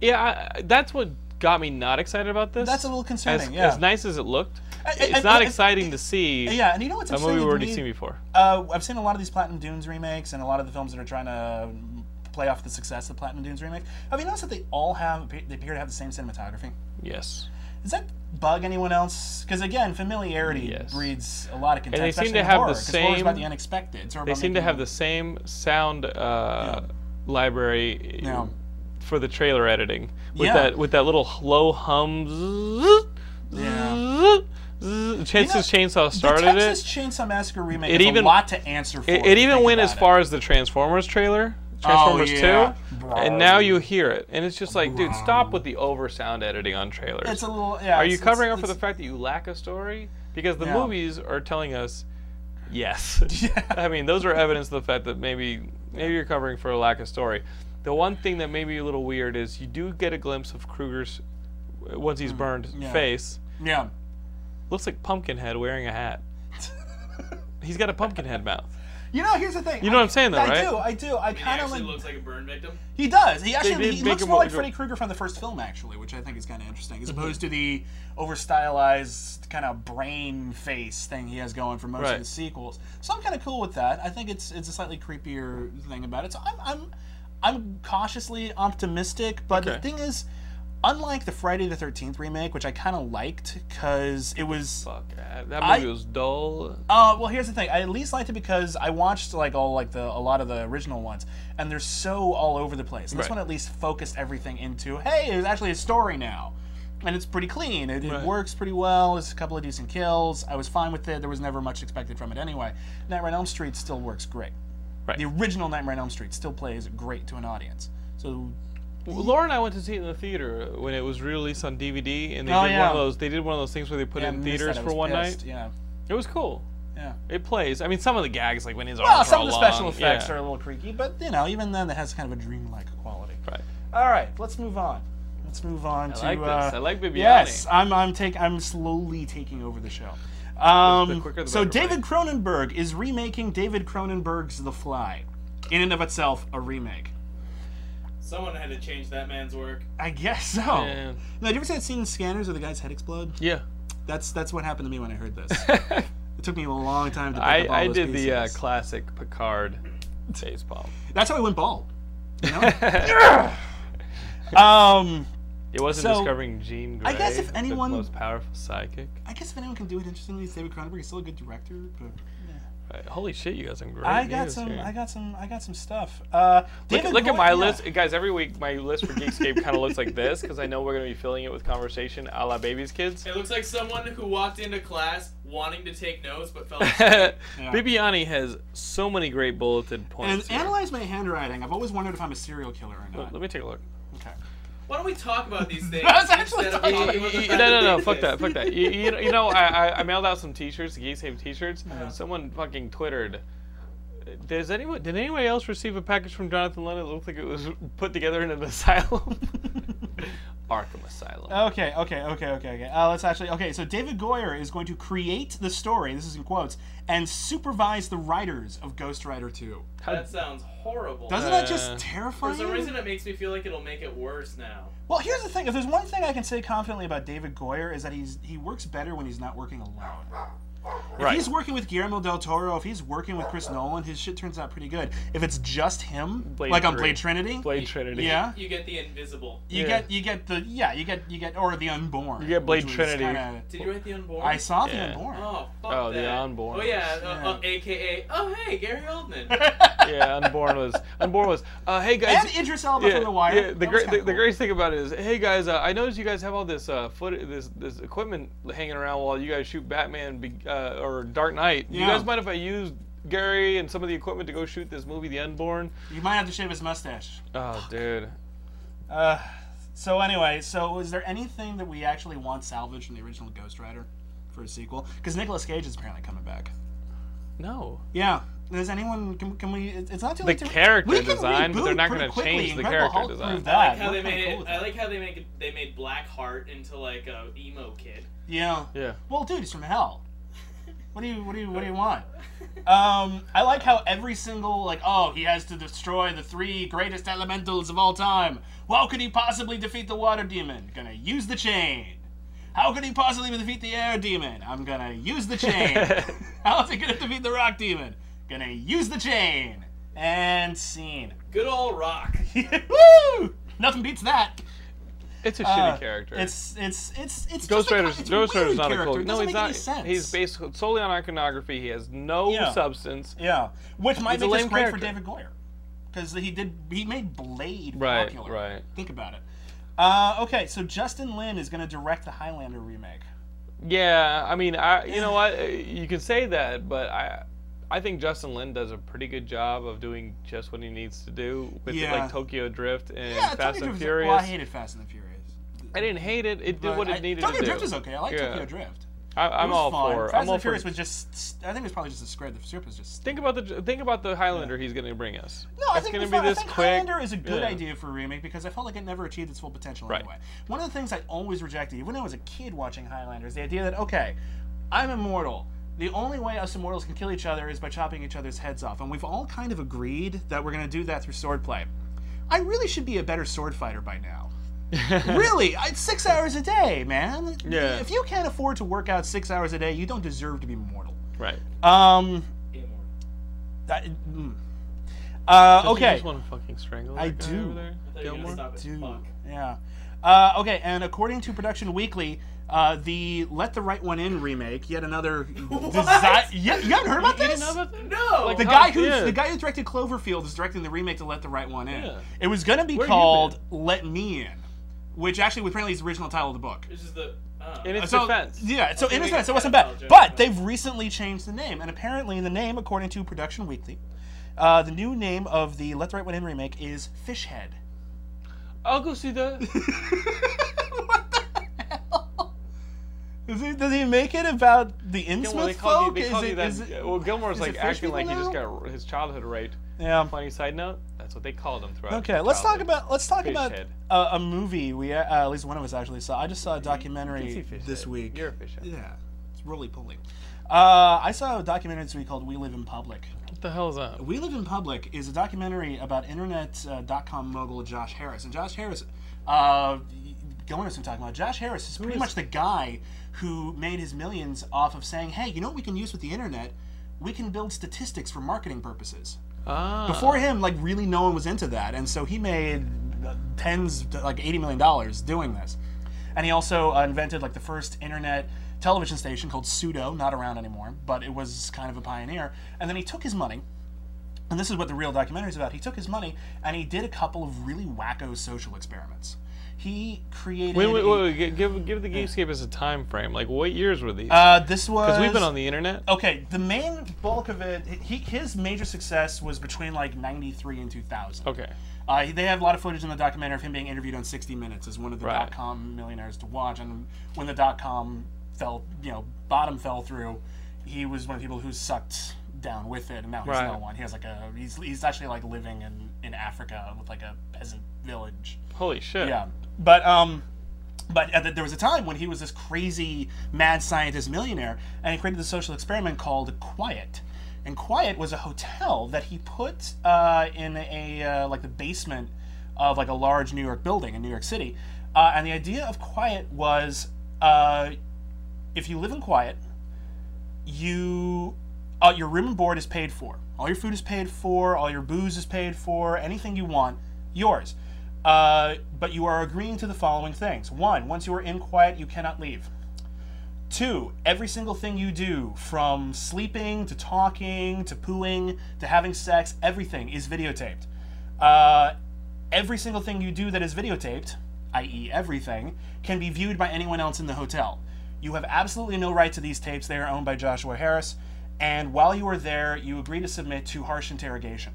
Speaker 2: yeah, I, that's what got me not excited about this.
Speaker 3: That's a little
Speaker 2: as,
Speaker 3: concerning, yeah.
Speaker 2: as nice as it looked,
Speaker 3: I-
Speaker 2: it's
Speaker 3: I-
Speaker 2: not
Speaker 3: I-
Speaker 2: exciting to see
Speaker 3: Yeah, and you know what's
Speaker 2: a
Speaker 3: upsetting
Speaker 2: movie we've
Speaker 3: to
Speaker 2: already
Speaker 3: me?
Speaker 2: seen before.
Speaker 3: Uh, I've seen a lot of these Platinum Dunes remakes and a lot of the films that are trying to um, play off the success of the Platinum Dunes remake. Have you noticed that they all have, they appear to have the same cinematography?
Speaker 2: Yes.
Speaker 3: Does that bug anyone else? Because again, familiarity
Speaker 2: Yes.
Speaker 3: breeds a lot of contempt.
Speaker 2: they seem
Speaker 3: especially
Speaker 2: to
Speaker 3: in
Speaker 2: have the
Speaker 3: horror, 'cause horror's about
Speaker 2: same-
Speaker 3: the unexpected. It's about
Speaker 2: They seem to
Speaker 3: making-
Speaker 2: have the same sound uh, library
Speaker 3: Yeah.
Speaker 2: for the trailer editing with
Speaker 3: Yeah.
Speaker 2: that with that little low hum. zzz, zzz, zzz. Chances Chainsaw started
Speaker 3: the Texas
Speaker 2: it.
Speaker 3: Chainsaw Massacre remake.
Speaker 2: It
Speaker 3: It
Speaker 2: even-
Speaker 3: a lot to answer for.
Speaker 2: It,
Speaker 3: if
Speaker 2: it
Speaker 3: you
Speaker 2: even
Speaker 3: think
Speaker 2: went
Speaker 3: about
Speaker 2: as
Speaker 3: it. Oh,
Speaker 2: far as the Transformers trailer, Transformers
Speaker 3: yeah.
Speaker 2: 2, and now you hear it, and it's just like, dude, stop with the over sound editing on trailers.
Speaker 3: It's a little. Yeah.
Speaker 2: Are you
Speaker 3: it's-
Speaker 2: covering up
Speaker 3: it's-
Speaker 2: for the fact that you lack a story? Because the
Speaker 3: Yeah.
Speaker 2: movies are telling us yes. I mean, those are evidence of the fact that maybe maybe you're covering for a lack of story. The one thing that may be a little weird is you do get a glimpse of Kruger's once he's burned face.
Speaker 3: it's- Hmm, Yeah.
Speaker 2: Looks like Pumpkinhead wearing a hat. he's got a pumpkin head mouth.
Speaker 3: You know, here's the thing.
Speaker 2: You know what I'm saying though,
Speaker 3: I,
Speaker 2: right?
Speaker 3: do. I do. I
Speaker 4: he
Speaker 3: kind of
Speaker 4: actually
Speaker 3: like.
Speaker 4: looks like a burn victim.
Speaker 3: he does. He actually
Speaker 2: did
Speaker 3: he
Speaker 2: make
Speaker 3: looks
Speaker 2: him Mm-hmm.
Speaker 3: more
Speaker 2: look
Speaker 3: like
Speaker 2: like a-
Speaker 3: Freddy Krueger from the first film, actually, which I think is kind of interesting, as opposed to the over stylized kind of brain face thing he has going for most
Speaker 2: Right.
Speaker 3: of the sequels. So I'm kind of cool with that. I think it's it's a slightly creepier thing about it. So I'm I'm I'm cautiously optimistic, but the
Speaker 2: Okay.
Speaker 3: thing is. Unlike the Friday the 13th remake, which I kind of liked because it was
Speaker 2: Fuck, uh, that
Speaker 3: I-
Speaker 2: movie was dull.
Speaker 3: uh, well, here's the thing. I at least liked it because I watched like all like the a lot of the original ones, and they're so all over the place. And This
Speaker 2: Right.
Speaker 3: one at least focused everything into hey, there's actually a story now, and it's pretty clean. It, it works pretty well. There's a couple of decent kills. I was fine with it. There was never much expected from it anyway. Nightmare on Elm Street still works great.
Speaker 2: Right.
Speaker 3: The original Nightmare on Elm Street still plays great to an audience. So
Speaker 2: Well, Laura and I went to see it in the theater when it was released on DVD, and they
Speaker 3: Oh,
Speaker 2: did one
Speaker 3: yeah.
Speaker 2: of those. They did one of those things where they put
Speaker 3: yeah, I
Speaker 2: it in
Speaker 3: missed
Speaker 2: theaters
Speaker 3: that. I
Speaker 2: for one
Speaker 3: was pissed.
Speaker 2: night.
Speaker 3: Yeah.
Speaker 2: It was cool.
Speaker 3: Yeah.
Speaker 2: It plays. I mean, some of the gags, like when his
Speaker 3: Well,
Speaker 2: arms
Speaker 3: Oh, some
Speaker 2: are
Speaker 3: of the
Speaker 2: all
Speaker 3: special
Speaker 2: long,
Speaker 3: effects
Speaker 2: yeah.
Speaker 3: are a little creaky, but you know, even then, it has kind of a dreamlike quality.
Speaker 2: Right.
Speaker 3: All right, let's move on. Let's move on to.
Speaker 2: like
Speaker 3: uh,
Speaker 2: this. I like Bibiani.
Speaker 3: Yes, I'm. I'm take. I'm slowly taking over the show. Uh,
Speaker 2: The
Speaker 3: Um,
Speaker 2: quicker the
Speaker 3: so
Speaker 2: better, right?
Speaker 3: David Cronenberg is remaking David Cronenberg's The Fly. In and of itself, a remake.
Speaker 4: Someone had to change that man's work.
Speaker 3: I guess so.
Speaker 2: Yeah.
Speaker 3: Now, did you ever see that scene in Scanners where the guy's head explodes?
Speaker 2: Yeah.
Speaker 3: That's that's what happened to me when I heard this. it took me a long time to pick
Speaker 2: I,
Speaker 3: up all
Speaker 2: I
Speaker 3: those
Speaker 2: did the uh,
Speaker 3: pieces.
Speaker 2: classic Picard face palm.
Speaker 3: that's how I went bald. You know? Yeah! um,
Speaker 2: It wasn't
Speaker 3: So,
Speaker 2: discovering Jean Grey.
Speaker 3: I guess if
Speaker 2: the
Speaker 3: anyone-
Speaker 2: most powerful psychic.
Speaker 3: I guess if anyone can do it interestingly, it's David Cronenberg. He's still a good director, but.
Speaker 2: Right. Holy shit, you got some great
Speaker 3: I got
Speaker 2: news
Speaker 3: some.
Speaker 2: here.
Speaker 3: I got some. I got some stuff. Uh,
Speaker 2: Look,
Speaker 3: David
Speaker 2: look at
Speaker 3: Goy-
Speaker 2: my
Speaker 3: yeah.
Speaker 2: list, guys. Every week, my list for Geekscape kind of looks like this because I know we're gonna be filling it with conversation, a la babies kids.
Speaker 4: It looks like someone who walked into class wanting to take notes but fell asleep.
Speaker 2: Bibiani has so many great bulleted
Speaker 3: And
Speaker 2: points. here.
Speaker 3: analyze my handwriting. I've always wondered if I'm a serial killer or not.
Speaker 2: Let me take a look.
Speaker 3: Okay.
Speaker 4: Why don't we talk about these things?
Speaker 3: I was actually
Speaker 4: instead of
Speaker 3: talking-
Speaker 4: talking
Speaker 2: Y-
Speaker 4: about the
Speaker 2: y-
Speaker 4: fact
Speaker 2: no, no,
Speaker 4: that
Speaker 2: no,
Speaker 4: they
Speaker 2: fuck that,
Speaker 4: exist?
Speaker 2: fuck that. You, you, you know, I, I, I mailed out some T-shirts, Geek Save T-shirts. Someone fucking twittered. Does anyone? Did anyone else receive a package from Jonathan Lennon? It looked like it was put together in an asylum, Arkham Asylum.
Speaker 3: Okay, okay, okay, okay, okay. Uh, let's actually. Okay, so David Goyer is going to create the story. This is in quotes, and supervise the writers of Ghost Rider 2.
Speaker 4: That sounds horrible.
Speaker 3: Doesn't that
Speaker 2: Uh,
Speaker 3: just terrify
Speaker 4: For some
Speaker 3: you?
Speaker 4: reason, it makes me feel like it'll make it worse now.
Speaker 3: Well, here's the thing. If there's one thing I can say confidently about David Goyer is that he's he works better when he's not working alone. If
Speaker 2: Right.
Speaker 3: he's working with Guillermo del Toro, if he's working with Chris Nolan, his shit turns out pretty good. If it's just him,
Speaker 2: Blade
Speaker 3: like on
Speaker 2: three.
Speaker 3: Blade Trinity,
Speaker 2: Blade Trinity.
Speaker 3: yeah,
Speaker 4: You get the invisible.
Speaker 3: you
Speaker 2: Yeah.
Speaker 3: get you get the yeah, you get you get or the Unborn. You
Speaker 2: get Blade Trinity.
Speaker 4: Did you write the unborn?
Speaker 3: I saw
Speaker 2: Yeah.
Speaker 3: the Unborn.
Speaker 4: Oh, fuck
Speaker 2: Oh, the
Speaker 4: that.
Speaker 2: unborn.
Speaker 4: Oh, yeah. uh,
Speaker 3: Yeah.
Speaker 4: uh, AKA, oh, hey, Gary Oldman.
Speaker 2: yeah, Unborn was Unborn was. Uh, hey guys,
Speaker 3: And Idris Elba from The Wire.
Speaker 2: yeah, the,
Speaker 3: That was
Speaker 2: great, the,
Speaker 3: kinda
Speaker 2: the
Speaker 3: cool.
Speaker 2: greatest thing about it is, hey guys, uh, I noticed you guys have all this uh, foot, this this equipment hanging around while you guys shoot Batman be, uh, or Dark Knight. Do You
Speaker 3: Yeah.
Speaker 2: guys mind if I use Gary and some of the equipment to go shoot this movie, The Unborn?
Speaker 3: You might have to shave his mustache.
Speaker 2: Oh, dude.
Speaker 3: So anyway, so is there anything that we actually want salvaged from the original Ghost Rider for a sequel? Because Nicolas Cage is apparently coming back.
Speaker 2: No.
Speaker 3: Yeah. Does anyone? Can, can we? it- It's not too
Speaker 2: The
Speaker 3: late. to,
Speaker 2: character
Speaker 3: we can
Speaker 2: design, but they're
Speaker 3: reboot
Speaker 2: not
Speaker 3: pretty
Speaker 2: gonna
Speaker 3: quickly.
Speaker 2: change the
Speaker 3: Incredible
Speaker 2: character
Speaker 3: Hulk
Speaker 2: design.
Speaker 3: proved
Speaker 2: I
Speaker 4: I like
Speaker 3: that.
Speaker 4: how
Speaker 3: We're
Speaker 4: they
Speaker 3: kinda
Speaker 4: made
Speaker 3: cool
Speaker 4: it. uh,
Speaker 3: with
Speaker 4: I
Speaker 3: that.
Speaker 4: like how they make it, they made Black Heart into like a emo kid.
Speaker 3: Yeah.
Speaker 2: Yeah.
Speaker 3: Well, dude, he's from hell. What do you? What do you? What do you want? Um, I like how every single like, oh, he has to destroy the three greatest elementals of all time. How could he possibly defeat the water demon? Gonna use the chain. How could he possibly defeat the air demon? I'm gonna use the chain. How is he gonna defeat the rock demon? Gonna use the chain. And scene.
Speaker 4: Good old rock.
Speaker 3: Woo! Nothing beats that.
Speaker 2: It's a
Speaker 3: Uh,
Speaker 2: shitty character.
Speaker 3: It's it's it's it's
Speaker 2: Ghost
Speaker 3: just a-
Speaker 2: Rider's
Speaker 3: it's
Speaker 2: Ghost Rider's
Speaker 3: weird
Speaker 2: not a
Speaker 3: character.
Speaker 2: cool.
Speaker 3: It
Speaker 2: No,
Speaker 3: doesn't
Speaker 2: he's
Speaker 3: make any
Speaker 2: not.
Speaker 3: sense.
Speaker 2: He's based solely on iconography. He has no
Speaker 3: Yeah.
Speaker 2: substance.
Speaker 3: Yeah, which
Speaker 2: a
Speaker 3: might make this
Speaker 2: lame
Speaker 3: great for
Speaker 2: character.
Speaker 3: David Goyer, because he did he made Blade
Speaker 2: Right,
Speaker 3: popular.
Speaker 2: right.
Speaker 3: Think about it. Uh, okay, so Justin Lin is going to direct the Highlander remake.
Speaker 2: Yeah, I mean, I you know what you can say that, but I I think Justin Lin does a pretty good job of doing just what he needs to do with
Speaker 3: Yeah.
Speaker 2: like Tokyo Drift and
Speaker 3: Yeah,
Speaker 2: Fast
Speaker 3: Tokyo
Speaker 2: and
Speaker 3: Drift is-
Speaker 2: Furious.
Speaker 3: Well, I hated Fast and the Furious.
Speaker 2: I didn't hate it; it did
Speaker 3: but
Speaker 2: what it
Speaker 3: I-
Speaker 2: needed
Speaker 3: Tokyo
Speaker 2: to
Speaker 3: Drift
Speaker 2: do.
Speaker 3: is okay. I like
Speaker 2: Yeah.
Speaker 3: Tokyo Drift.
Speaker 2: I,
Speaker 3: It
Speaker 2: I'm
Speaker 3: was
Speaker 2: all
Speaker 3: fun.
Speaker 2: for.
Speaker 3: Fast
Speaker 2: I'm
Speaker 3: and
Speaker 2: all
Speaker 3: the
Speaker 2: for.
Speaker 3: Furious was just. I think it was probably just a script. The script was just.
Speaker 2: Think about the think about the Highlander he's going to bring us.
Speaker 3: No, I
Speaker 2: it's
Speaker 3: think,
Speaker 2: going
Speaker 3: it's
Speaker 2: to be
Speaker 3: fine. I
Speaker 2: this
Speaker 3: think
Speaker 2: quick.
Speaker 3: Highlander is a good
Speaker 2: yeah.
Speaker 3: idea for a remake because I felt like it never achieved its full potential
Speaker 2: Right.
Speaker 3: anyway. One of the things I always rejected, even when I was a kid watching Highlander, is the idea that, okay, I'm immortal. The only way us immortals can kill each other is by chopping each other's heads off. And we've all kind of agreed that we're going to do that through swordplay. I really should be a better sword fighter by now. really, it's six hours a day, man.
Speaker 2: Yeah.
Speaker 3: If you can't afford to work out six hours a day, you don't deserve to be mortal.
Speaker 2: Right.
Speaker 3: Um,
Speaker 4: Immortal.
Speaker 3: that, mm. uh,
Speaker 2: Don't you
Speaker 3: okay.
Speaker 2: just want to fucking strangle.
Speaker 3: I
Speaker 2: that guy
Speaker 3: do.
Speaker 2: Over there?
Speaker 4: I thought you were gonna stop it. Fuck.
Speaker 3: Yeah. Uh, okay, and according to Production Weekly, uh, the Let the Right One In remake, yet another desi- yeah, you haven't heard about this?
Speaker 4: No.
Speaker 3: the
Speaker 2: Oh,
Speaker 3: guy who
Speaker 2: yeah.
Speaker 3: the guy who directed Cloverfield is directing the remake to Let the Right One In.
Speaker 2: Yeah.
Speaker 3: It was gonna be
Speaker 2: Where you
Speaker 3: called Let Me In, which actually apparently is the original title of the book.
Speaker 4: This is the. Uh,
Speaker 2: In its
Speaker 3: So
Speaker 2: defense.
Speaker 3: yeah, so in
Speaker 4: we
Speaker 3: his
Speaker 4: can
Speaker 3: defense, it wasn't
Speaker 4: cut
Speaker 3: bad.
Speaker 4: out
Speaker 3: But
Speaker 4: Joe.
Speaker 3: they've recently changed the name, and apparently the name, according to Production Weekly, uh, the new name of the Let the Right One In remake is Fishhead.
Speaker 2: I'll go see that.
Speaker 3: what the hell? Is he, does he make it about the
Speaker 2: Yeah, well,
Speaker 3: Innsmouth
Speaker 2: they called
Speaker 3: folk?
Speaker 2: you, they
Speaker 3: Is
Speaker 2: called you
Speaker 3: it-
Speaker 2: that.
Speaker 3: is it-
Speaker 2: well, Gilmore's
Speaker 3: is it
Speaker 2: like
Speaker 3: fish
Speaker 2: acting like
Speaker 3: people
Speaker 2: he just
Speaker 3: now?
Speaker 2: got his childhood raped.
Speaker 3: Yeah.
Speaker 2: Funny side note, that's what they called him throughout.
Speaker 3: Okay,
Speaker 2: his
Speaker 3: let's talk
Speaker 2: childhood.
Speaker 3: about let's talk
Speaker 2: Fish
Speaker 3: about
Speaker 2: head.
Speaker 3: uh, a movie we uh, at least one of us actually saw. I just saw a documentary
Speaker 2: You can see fish
Speaker 3: this
Speaker 2: head.
Speaker 3: week.
Speaker 2: You're a fish head.
Speaker 3: yeah, it's roly poly. Uh, I saw a documentary this week called "We Live in Public."
Speaker 2: What the hell is that?
Speaker 3: We Live in Public is a documentary about internet.com uh, dot com mogul Josh Harris. And Josh Harris, uh, going to some talking about, Josh Harris is pretty much the guy who made his millions off of saying, hey, you know what we can use with the internet? We can build statistics for marketing purposes. Before him, like, really no one was into that. And so he made uh, tens, like $80 million doing this. And he also uh, invented, like, the first internet television station called Pseudo, not around anymore, but it was kind of a pioneer. And then he took his money and this is what the real documentary is about. He took his money and he did a couple of really wacko social experiments. He created.
Speaker 2: Wait, wait,
Speaker 3: a-
Speaker 2: wait, wait. gi- Give, give the Geekscapists a time frame. Like, what years were these?
Speaker 3: Uh, this was.
Speaker 2: Because we've been on the internet.
Speaker 3: Okay, the main bulk of it, he, his major success was between like '93 and 2000.
Speaker 2: Okay.
Speaker 3: Uh, they have a lot of footage in the documentary of him being interviewed on 60 Minutes as one of the
Speaker 2: Right.
Speaker 3: dot com millionaires to watch. And when the dot com fell, you know, bottom fell through, he was one of the people who sucked down with it, and now he's
Speaker 2: Right.
Speaker 3: no one. He has like a he's, he's actually like living in in Africa with like a peasant village.
Speaker 2: Holy shit.
Speaker 3: Yeah, but um, but at the, there was a time when he was this crazy mad scientist millionaire, and he created the social experiment called Quiet. And Quiet was a hotel that he put uh, in a uh, like the basement of like a large New York building in New York City. Uh, and the idea of Quiet was uh, if you live in Quiet, you uh, your room and board is paid for. All your food is paid for. All your booze is paid for. Anything you want, yours. Uh, but you are agreeing to the following things: one, once you are in quiet, you cannot leave. Two, every single thing you do, from sleeping to talking to pooing to having sex, everything is videotaped. Uh, every single thing you do that is videotaped, i.e., everything, can be viewed by anyone else in the hotel. You have absolutely no right to these tapes. They are owned by Joshua Harris. And while you are there, you agree to submit to harsh interrogation.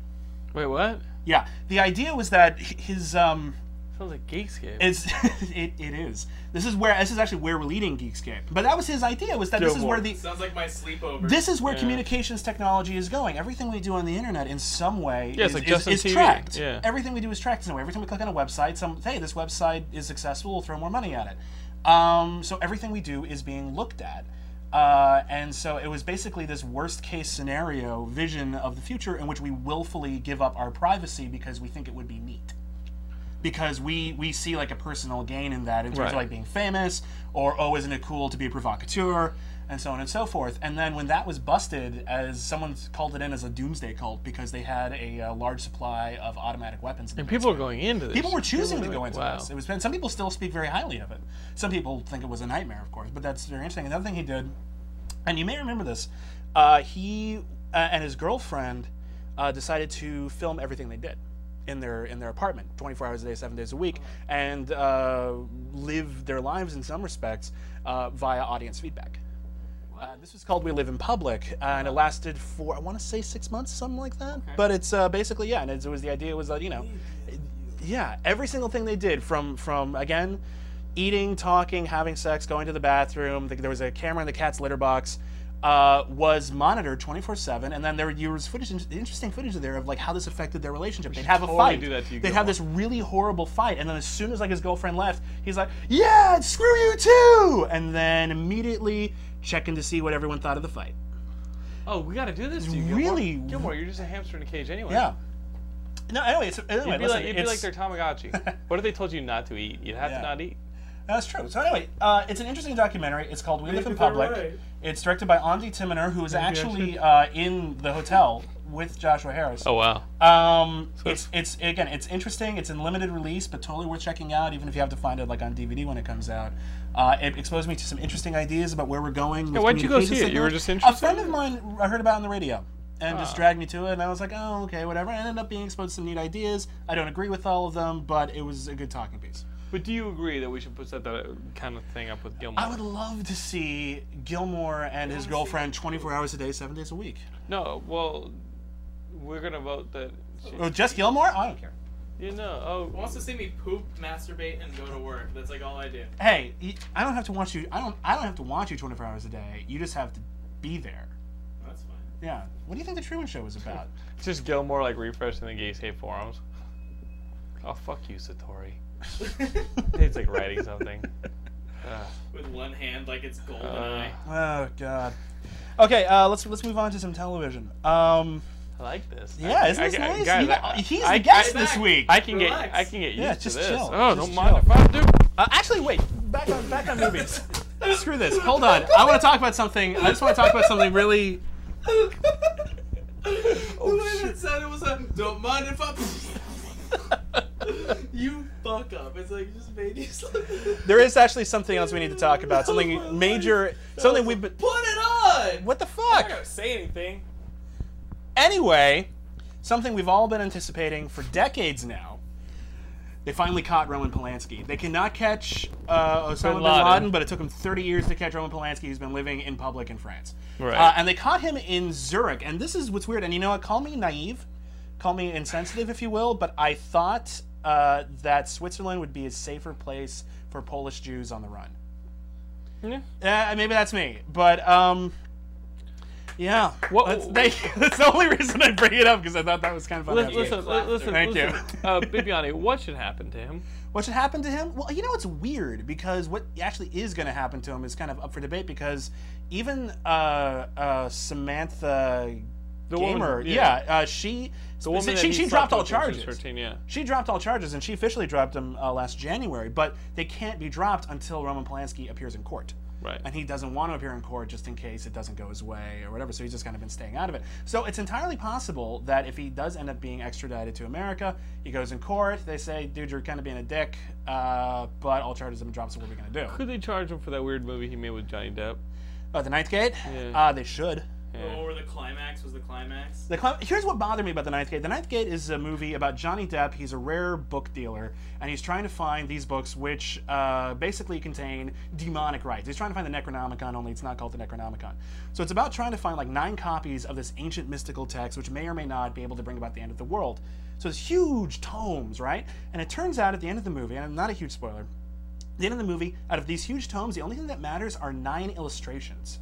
Speaker 2: Wait, what?
Speaker 3: Yeah, the idea was that h- his um,
Speaker 2: Sounds like Geekscape.
Speaker 3: it's it, it is. This is where this is actually where we're leading Geekscape. But that was his idea. Was that this is where the
Speaker 4: Sounds like my sleepover.
Speaker 3: this is where communications technology is going. Everything we do on the internet, in some way,
Speaker 2: Yeah, it's
Speaker 3: is,
Speaker 2: like
Speaker 3: is-
Speaker 2: Justin
Speaker 3: is
Speaker 2: TV.
Speaker 3: tracked.
Speaker 2: Yeah.
Speaker 3: Everything we do is tracked in some way. Every time we click on a website, some hey, this website is successful. We'll throw more money at it. Um, so everything we do is being looked at, uh, and so it was basically this worst case scenario vision of the future in which we willfully give up our privacy because we think it would be neat. Because we, we see like a personal gain in that in terms
Speaker 2: Right.
Speaker 3: of like being famous or oh isn't it cool to be a provocateur and so on and so forth and then when that was busted as someone called it in as a doomsday cult because they had a, uh large supply of automatic weapons in
Speaker 2: and
Speaker 3: the
Speaker 2: people are
Speaker 3: basement.
Speaker 2: going into this.
Speaker 3: people were
Speaker 2: shit.
Speaker 3: choosing to
Speaker 2: were
Speaker 3: go
Speaker 2: like,
Speaker 3: into
Speaker 2: wow.
Speaker 3: this it was and some people still speak very highly of it some people think it was a nightmare of course but that's very interesting another thing he did and you may remember this uh, he uh, and his girlfriend uh, decided to film everything they did in their in their apartment 24 hours a day seven days a week and uh, live their lives in some respects uh, via audience feedback uh, this was called We Live in Public, uh, and it lasted for I want to say six months, something like that. But it's uh, basically yeah, and it's, it was the idea was that you know, yeah, every single thing they did from from again, eating, talking, having sex, going to the bathroom. th- There was a camera in the cat's litter box. Uh, was monitored 24/7, and then there, there was footage, interesting footage there of like how this affected their relationship. They'd have a
Speaker 2: totally
Speaker 3: fight.
Speaker 2: do that to you,
Speaker 3: They'd have
Speaker 2: Gilmore.
Speaker 3: this really horrible fight, and then as soon as like his girlfriend left, he's like, "Yeah, screw you too!" And then immediately checking to see what everyone thought of the fight.
Speaker 2: Oh, we gotta do this to you, Gilmore.
Speaker 3: Really?
Speaker 2: Gilmore, you're just a hamster in a cage anyway.
Speaker 3: Yeah. No, anyway, it's anyway.
Speaker 2: You'd be,
Speaker 3: listen,
Speaker 2: like, you'd be
Speaker 3: it's,
Speaker 2: like their Tamagotchi. what if they told you not to eat? You'd have
Speaker 3: Yeah.
Speaker 2: to not eat.
Speaker 3: That's true. So anyway, uh, it's an interesting documentary. It's called We Live in
Speaker 4: if they're
Speaker 3: Public.
Speaker 4: right.
Speaker 3: It's directed by Andy Timoner, who is actually uh, in the hotel with Joshua Harris.
Speaker 2: Oh wow.
Speaker 3: Um, it's it's again, it's interesting. It's in limited release, but totally worth checking out, even if you have to find it like on DVD when it comes out. Uh, it exposed me to some interesting ideas about where we're going. with
Speaker 2: why'd you go
Speaker 3: communication
Speaker 2: see it? You were
Speaker 3: signals.
Speaker 2: just interested? Ah.
Speaker 3: A friend of mine I heard about it on the radio and just dragged me to it, and I was like, oh, okay, whatever. I ended up being exposed to some neat ideas. I don't agree with all of them, but it was a good talking piece.
Speaker 2: But do you agree that we should put that, that kind of thing up with Gilmore?
Speaker 3: I would love to see Gilmore and his girlfriend 24 hours a day, seven days a week.
Speaker 2: No. Well, we're gonna vote that. she-
Speaker 3: Oh, just Gilmore? I don't care.
Speaker 2: You know.
Speaker 4: Who
Speaker 2: Oh.
Speaker 4: wants to see me poop, masturbate, and go to work. That's like all I do.
Speaker 3: hey, y- I don't have to watch you. I don't. I don't have to watch you 24 hours a day. You just have to be there.
Speaker 4: That's fine.
Speaker 3: Yeah. What do you think the Truman Show was about?
Speaker 2: It's just Gilmore like refreshing the Geekscape forums. Oh fuck you, Satori. it's like writing something.
Speaker 4: with one hand like it's golden eye.
Speaker 3: Oh God. Okay, uh, let's let's move on to some television. Um,
Speaker 2: I like this.
Speaker 3: yeah,
Speaker 2: I,
Speaker 3: isn't
Speaker 2: I,
Speaker 3: this
Speaker 2: I-
Speaker 3: nice?
Speaker 2: guys,
Speaker 3: You got-
Speaker 2: I-
Speaker 3: he's
Speaker 2: I-
Speaker 3: the guest
Speaker 2: I-
Speaker 3: this week.
Speaker 2: I can
Speaker 4: Relax.
Speaker 2: get I can get used
Speaker 3: Yeah,
Speaker 2: to
Speaker 3: just
Speaker 2: this.
Speaker 3: chill,
Speaker 2: Oh,
Speaker 3: just
Speaker 2: don't mind if I do.
Speaker 3: Uh, actually, wait. Back on back on movies. Screw this. Hold on. I want to talk about something. I just want to talk about something really. oh,
Speaker 4: the way that sounded was like, don't mind if I. you fuck up. It's like you just made you. Put
Speaker 3: There is actually something else we need to talk about. Something major. Something we've been.
Speaker 4: it on.
Speaker 3: What the
Speaker 4: I
Speaker 3: fuck?
Speaker 4: don't say anything.
Speaker 3: Anyway, something we've all been anticipating for decades now. They finally caught Roman Polanski. They cannot catch uh, Osama bin
Speaker 2: Bin
Speaker 3: Laden.
Speaker 2: Laden.
Speaker 3: but it took them 30 years to catch Roman Polanski, who's been living in public in France.
Speaker 2: Right.
Speaker 3: Uh, and they caught him in Zurich. And this is what's weird. And you know what? Call me naive, call me insensitive, if you will, but I thought uh, that Switzerland would be a safer place for Polish Jews on the run. Yeah. maybe that's me, but um, yeah.
Speaker 2: What-
Speaker 3: that's, they, that's the only reason I bring it up because I thought that was kind of funny.
Speaker 2: Listen, listen,
Speaker 4: clapped her.
Speaker 2: listen,
Speaker 3: Thank you.
Speaker 2: listen. Uh, Bibiani, what should happen to him?
Speaker 3: What should happen to him? Well, you know, it's weird because what actually is going to happen to him is kind of up for debate because even uh, uh, Samantha
Speaker 2: The woman-
Speaker 3: Gamer,
Speaker 2: yeah.
Speaker 3: yeah, uh, she
Speaker 2: The woman that
Speaker 3: she,
Speaker 2: he
Speaker 3: she
Speaker 2: slept
Speaker 3: dropped all
Speaker 2: with when she was
Speaker 3: charges.
Speaker 2: 13, yeah.
Speaker 3: She dropped all charges and she officially dropped them uh, last January, but they can't be dropped until Roman Polanski appears in court.
Speaker 2: Right.
Speaker 3: And he doesn't want to appear in court just in case it doesn't go his way or whatever, so he's just kind of been staying out of it. So it's entirely possible that if he does end up being extradited to America, he goes in court, they say, dude, you're kind of being a dick, uh, but all charges have been dropped, so what are we going to do?
Speaker 2: Could they charge him for that weird movie he made with Johnny Depp?
Speaker 3: Uh, the Ninth Gate? Uh, they should.
Speaker 4: Or the climax was the climax.
Speaker 3: The clim- Here's what bothered me about The Ninth Gate. The Ninth Gate is a movie about Johnny Depp. He's a rare book dealer, and he's trying to find these books which uh, basically contain demonic rites. He's trying to find the Necronomicon, only it's not called the Necronomicon. So it's about trying to find like nine copies of this ancient mystical text, which may or may not be able to bring about the end of the world. So it's huge tomes, right? And it turns out at the end of the movie, and I'm not a huge spoiler, at the end of the movie, out of these huge tomes, the only thing that matters are nine illustrations.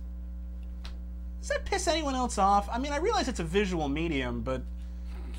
Speaker 3: Does that piss anyone else off? I mean, I realize it's a visual medium, but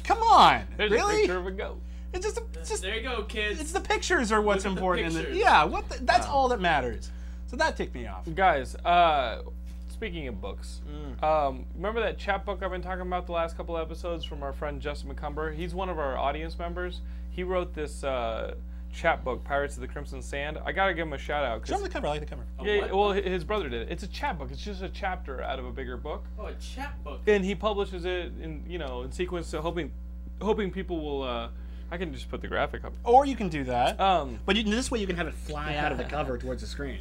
Speaker 3: come on,
Speaker 2: There's a
Speaker 3: really?
Speaker 2: picture of a goat.
Speaker 3: It's just, it's just,
Speaker 4: There you go, kids.
Speaker 3: it's the pictures are what's
Speaker 4: Look at the
Speaker 3: important. and the-
Speaker 4: pictures.
Speaker 3: yeah, what? The, that's all that matters. So that ticked me off.
Speaker 2: Guys, uh, speaking of books, um, remember that chapbook I've been talking about the last couple episodes from our friend Justin McCumber? He's one of our audience members. He wrote this uh, chapbook, Pirates of the Crimson Sand. I gotta give him a shout out. 'cause-
Speaker 3: Show me the cover. I like the cover.
Speaker 2: yeah, well, hi- his brother did it. It's a chapbook. It's just a chapter out of a bigger book,
Speaker 4: oh, a chapbook.
Speaker 2: and he publishes it in you know in sequence, so hoping hoping people will. Uh, I can just put the graphic up.
Speaker 3: Or you can do that,
Speaker 2: Um,
Speaker 3: but you, this way you can have it fly out of the cover towards the screen.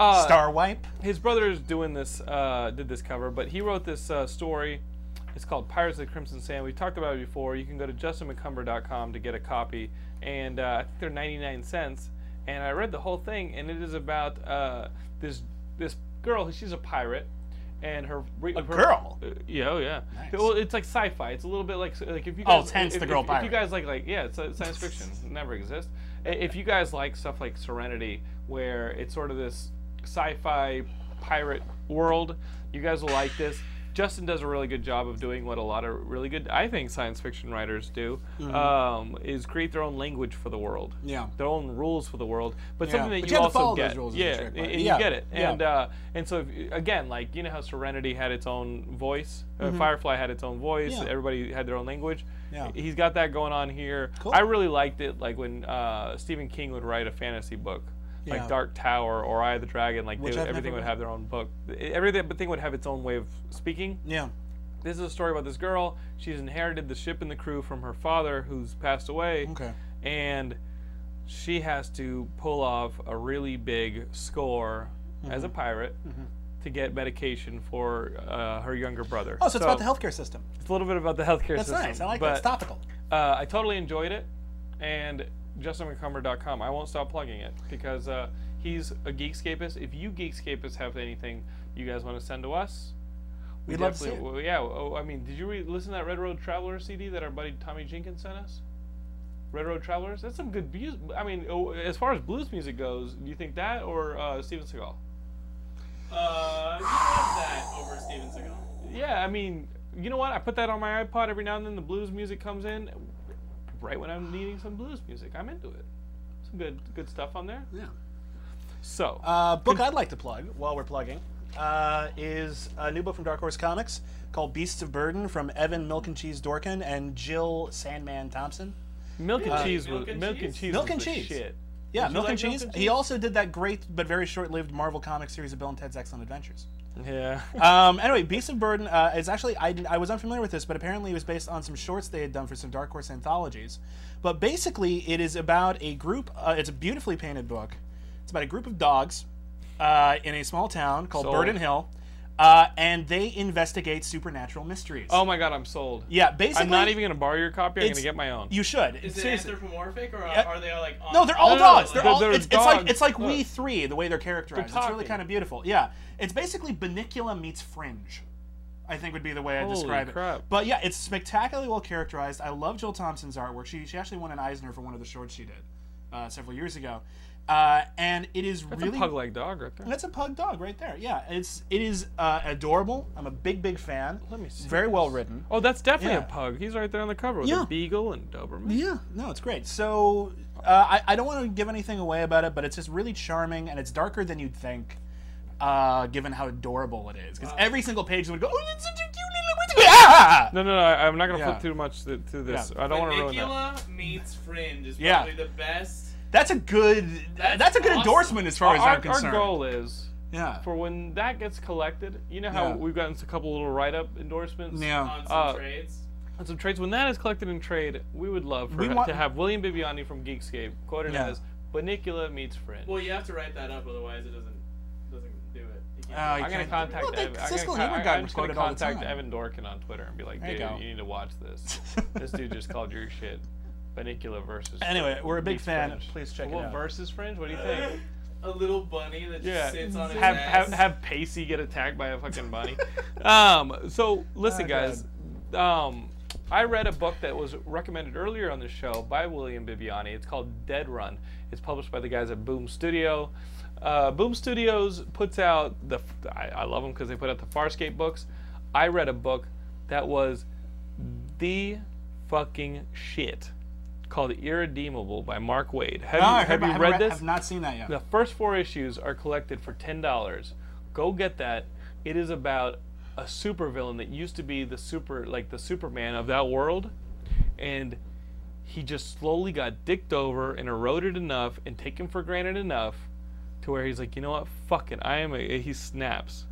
Speaker 2: uh,
Speaker 3: Star wipe.
Speaker 2: his brother is doing this uh, did this cover but he wrote this uh, story it's called pirates of the crimson sand we've talked about it before you can go to justinmccumber.com to get a copy and uh, i think they're 99 cents and i read the whole thing and it is about uh, this this girl she's a pirate and her re- a
Speaker 3: girl?
Speaker 2: yeah oh yeah
Speaker 3: Nice.
Speaker 2: well it's like sci-fi it's a little bit like like if you
Speaker 3: Oh,
Speaker 2: guys,
Speaker 3: it's hence
Speaker 2: if,
Speaker 3: the girl
Speaker 2: if, if you
Speaker 3: pirate.
Speaker 2: guys like like yeah it's uh, science fiction it never exists I- if you guys like stuff like serenity where it's sort of this sci-fi pirate world you guys will like this justin does a really good job of doing what a lot of really good i think science fiction writers do um, is create their own language for the world
Speaker 3: Mm-hmm. Yeah.
Speaker 2: their own rules for the world but
Speaker 3: Yeah.
Speaker 2: something that
Speaker 3: But
Speaker 2: you,
Speaker 3: you have
Speaker 2: also
Speaker 3: to follow those
Speaker 2: get
Speaker 3: rules as a
Speaker 2: yeah
Speaker 3: trick
Speaker 2: and,
Speaker 3: writer.
Speaker 2: and
Speaker 3: Yeah.
Speaker 2: you get it
Speaker 3: Yeah.
Speaker 2: and uh, and so if, again like you know how serenity had its own voice uh, firefly had its own voice
Speaker 3: Mm-hmm. Yeah.
Speaker 2: everybody had their own language
Speaker 3: Yeah.
Speaker 2: he's got that going on here
Speaker 3: Cool.
Speaker 2: i really liked it like when uh, stephen king would write a fantasy book like
Speaker 3: Yeah.
Speaker 2: dark tower or eye of the dragon like
Speaker 3: Which
Speaker 2: they,
Speaker 3: I've
Speaker 2: everything
Speaker 3: never
Speaker 2: would
Speaker 3: read.
Speaker 2: have their own book everything thing would have its own way of speaking
Speaker 3: Yeah.
Speaker 2: this is a story about this girl. She's inherited the ship and the crew from her father, who's passed away.
Speaker 3: Okay.
Speaker 2: And she has to pull off a really big score as a
Speaker 3: Mm-hmm.
Speaker 2: pirate to get medication for uh, her younger brother.
Speaker 3: Oh, so it's about the healthcare system.
Speaker 2: It's a little bit about the healthcare
Speaker 3: That's
Speaker 2: system.
Speaker 3: nice. I like that.
Speaker 2: but,
Speaker 3: It's topical.
Speaker 2: Uh, I totally enjoyed it, and justinmccumber.com. I won't stop plugging it because uh, he's a geekscapist. If you geekscapists have anything you guys want to send to us, we
Speaker 3: We'd love to see
Speaker 2: definitely-
Speaker 3: it.
Speaker 2: well, yeah. Oh, I mean, did you re- listen to that Red Road Traveler CD that our buddy Tommy Jenkins sent us? Red Road Travelers. That's some good music. I mean, oh, as far as blues music goes, do you think that or uh, Steven Seagal?
Speaker 4: Uh, you have that over Steven Seagal.
Speaker 2: Yeah, I mean, you know what? I put that on my iPod every now and then. The blues music comes in right when I'm needing some blues music. I'm into it. some good good stuff on there.
Speaker 3: Yeah.
Speaker 2: So
Speaker 3: Uh, book I'd like to plug while we're plugging uh, is a new book from Dark Horse Comics called Beasts of Burden from Evan Milk and Cheese Dorkin and Jill Sandman Thompson.
Speaker 2: milk and cheese
Speaker 4: Milk
Speaker 2: was
Speaker 4: and
Speaker 2: milk and
Speaker 4: cheese?
Speaker 2: cheese
Speaker 3: uh, Milk
Speaker 2: was
Speaker 3: and
Speaker 2: the
Speaker 3: cheese.
Speaker 2: shit.
Speaker 3: Yeah,
Speaker 2: Did you
Speaker 3: Milk,
Speaker 2: like
Speaker 3: and
Speaker 2: Milk
Speaker 3: cheese.
Speaker 2: and
Speaker 3: He
Speaker 2: Cheese?
Speaker 3: also did that great but very short-lived Marvel comic series of Bill and Ted's Excellent Adventures.
Speaker 2: Yeah.
Speaker 3: Um, anyway, Beasts of Burden uh, is actually I, I was unfamiliar with this, but apparently it was based on some shorts they had done for some Dark Horse anthologies. But basically, it is about a group. Uh, it's a beautifully painted book. It's about a group of dogs uh, in a small town called
Speaker 2: Sold.
Speaker 3: Burden Hill, uh, and they investigate supernatural mysteries.
Speaker 2: oh my god, I'm sold.
Speaker 3: yeah, basically,
Speaker 2: I'm not even gonna borrow your copy. I'm gonna
Speaker 3: it's-
Speaker 2: get my own.
Speaker 3: You should.
Speaker 4: Is it
Speaker 3: Seriously.
Speaker 4: anthropomorphic or are, are they all like? On
Speaker 3: No, they're all
Speaker 2: no, no,
Speaker 3: dogs.
Speaker 2: they're-
Speaker 3: They're all.
Speaker 2: they're
Speaker 3: it's, it's like
Speaker 2: dogs.
Speaker 3: it's like we
Speaker 2: Look.
Speaker 3: three the way they're characterized.
Speaker 2: They're
Speaker 3: it's really
Speaker 2: talking.
Speaker 3: kind of beautiful. Yeah, it's basically Banicula meets Fringe. I think would be the way I would
Speaker 2: Holy
Speaker 3: describe
Speaker 2: crap.
Speaker 3: it. But yeah, it's spectacularly well characterized. I love Jill Thompson's artwork. She she actually won an Eisner for one of the shorts she did uh, several years ago, uh, and it is
Speaker 2: That's
Speaker 3: really
Speaker 2: a pug like dog right there.
Speaker 3: that's a pug dog right there. Yeah, it's it is uh, adorable. I'm a big big fan. Let
Speaker 2: me see
Speaker 3: Very well written.
Speaker 2: Oh, that's definitely
Speaker 3: Yeah.
Speaker 2: a pug. He's right there on the cover with
Speaker 3: Yeah.
Speaker 2: a beagle and Doberman.
Speaker 3: Yeah, no, it's great. So uh, I, I don't want to give anything away about it, but it's just really charming and it's darker than you'd think, uh, given how adorable it is. Because every single page would go, oh, that's such a cute little witch." Ah!
Speaker 2: No, no, no. I, I'm not gonna
Speaker 3: Yeah.
Speaker 2: flip too much th- through this.
Speaker 3: Yeah.
Speaker 2: I don't want to ruin that.
Speaker 4: Caligula meets Fringe is
Speaker 3: Yeah.
Speaker 4: probably the best.
Speaker 3: That's a good. That's,
Speaker 4: That's
Speaker 3: a good
Speaker 4: awesome.
Speaker 3: endorsement as far as I'm
Speaker 2: Our, our
Speaker 3: concerned.
Speaker 2: goal is
Speaker 3: yeah.
Speaker 2: for when that gets collected. You know how
Speaker 3: Yeah.
Speaker 2: we've gotten a couple little write-up endorsements.
Speaker 3: yeah.
Speaker 4: on some
Speaker 2: Uh,
Speaker 4: trades.
Speaker 2: on some trades. When that is collected in trade, we would love for
Speaker 3: We
Speaker 2: ha-
Speaker 3: want-
Speaker 2: to have William Bibiani from Geekscape quoted
Speaker 3: Yeah.
Speaker 2: as Banicula meets Fringe.
Speaker 4: Well, you have to write that up, otherwise it doesn't doesn't do it. You
Speaker 3: Uh,
Speaker 4: can't do it.
Speaker 3: you
Speaker 2: I'm gonna
Speaker 3: can't-
Speaker 2: contact
Speaker 3: Well, they-
Speaker 2: Evan. I'm,
Speaker 3: Siskel
Speaker 2: gonna,
Speaker 3: and
Speaker 2: con-
Speaker 3: Ebert
Speaker 2: I-
Speaker 3: got
Speaker 2: I'm
Speaker 3: him
Speaker 2: just gonna
Speaker 3: quoted all the
Speaker 2: contact
Speaker 3: time.
Speaker 2: Evan Dorkin on Twitter and be like,
Speaker 3: you
Speaker 2: dude,
Speaker 3: go.
Speaker 2: you need to watch this. this dude just called your shit Banicula versus.
Speaker 3: Anyway, we're a big
Speaker 2: meets
Speaker 3: fan.
Speaker 2: Fringe.
Speaker 3: Please check it
Speaker 2: Well,
Speaker 3: out.
Speaker 2: Versus Fringe? What do you think?
Speaker 4: a little bunny that just
Speaker 2: Yeah.
Speaker 4: sits on his
Speaker 2: have,
Speaker 4: ass.
Speaker 2: have have Pacey get attacked by a fucking bunny. um, so listen,
Speaker 3: Oh,
Speaker 2: guys. Um, I read a book that was recommended earlier on the show by William Bibiani. It's called Dead Run. It's published by the guys at Boom Studio. Uh, Boom Studios puts out the. I, I love them because they put out the Farscape books. I read a book that was the fucking shit called Irredeemable by Mark Wade. Have
Speaker 3: No,
Speaker 2: you,
Speaker 3: I
Speaker 2: have
Speaker 3: haven't- I
Speaker 2: you
Speaker 3: haven't
Speaker 2: read this?
Speaker 3: I've not seen that yet.
Speaker 2: The first four issues are collected for ten dollars. Go get that. It is about a supervillain that used to be the super, like the Superman of that world, and he just slowly got dicked over and eroded enough and taken for granted enough to where he's like, you know what, fuck it, I am a. He snaps.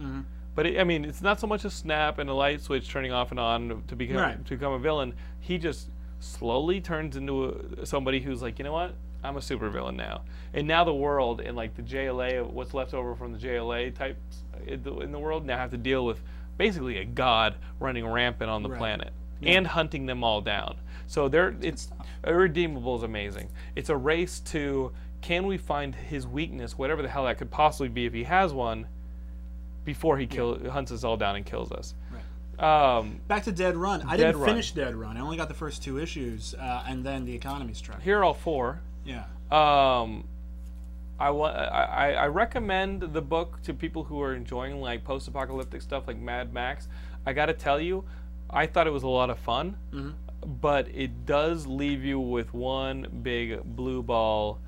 Speaker 2: But it, I mean, it's not so much a snap and a light switch turning off and on to become
Speaker 3: Right.
Speaker 2: to become a villain. He just slowly turns into a, somebody who's like, you know what, I'm a supervillain now. And now the world and like the JLA, what's left over from the JLA types in the, in the world now have to deal with basically a god running rampant on the planet and hunting them all down. So they're it's irredeemable is amazing. It's a race to can we find his weakness, whatever the hell that could possibly be if he has one, before he kill, hunts us all down and kills us. Right. Um,
Speaker 3: Back to Dead Run. I
Speaker 2: Dead
Speaker 3: didn't
Speaker 2: Run.
Speaker 3: finish Dead Run. I only got the first two issues, uh, and then the economy struck.
Speaker 2: here are all four.
Speaker 3: Yeah.
Speaker 2: Um, I, wa- I, I I recommend the book to people who are enjoying like post-apocalyptic stuff like Mad Max. I gotta tell you, I thought it was a lot of fun,
Speaker 3: Mm-hmm.
Speaker 2: but it does leave you with one big blue ball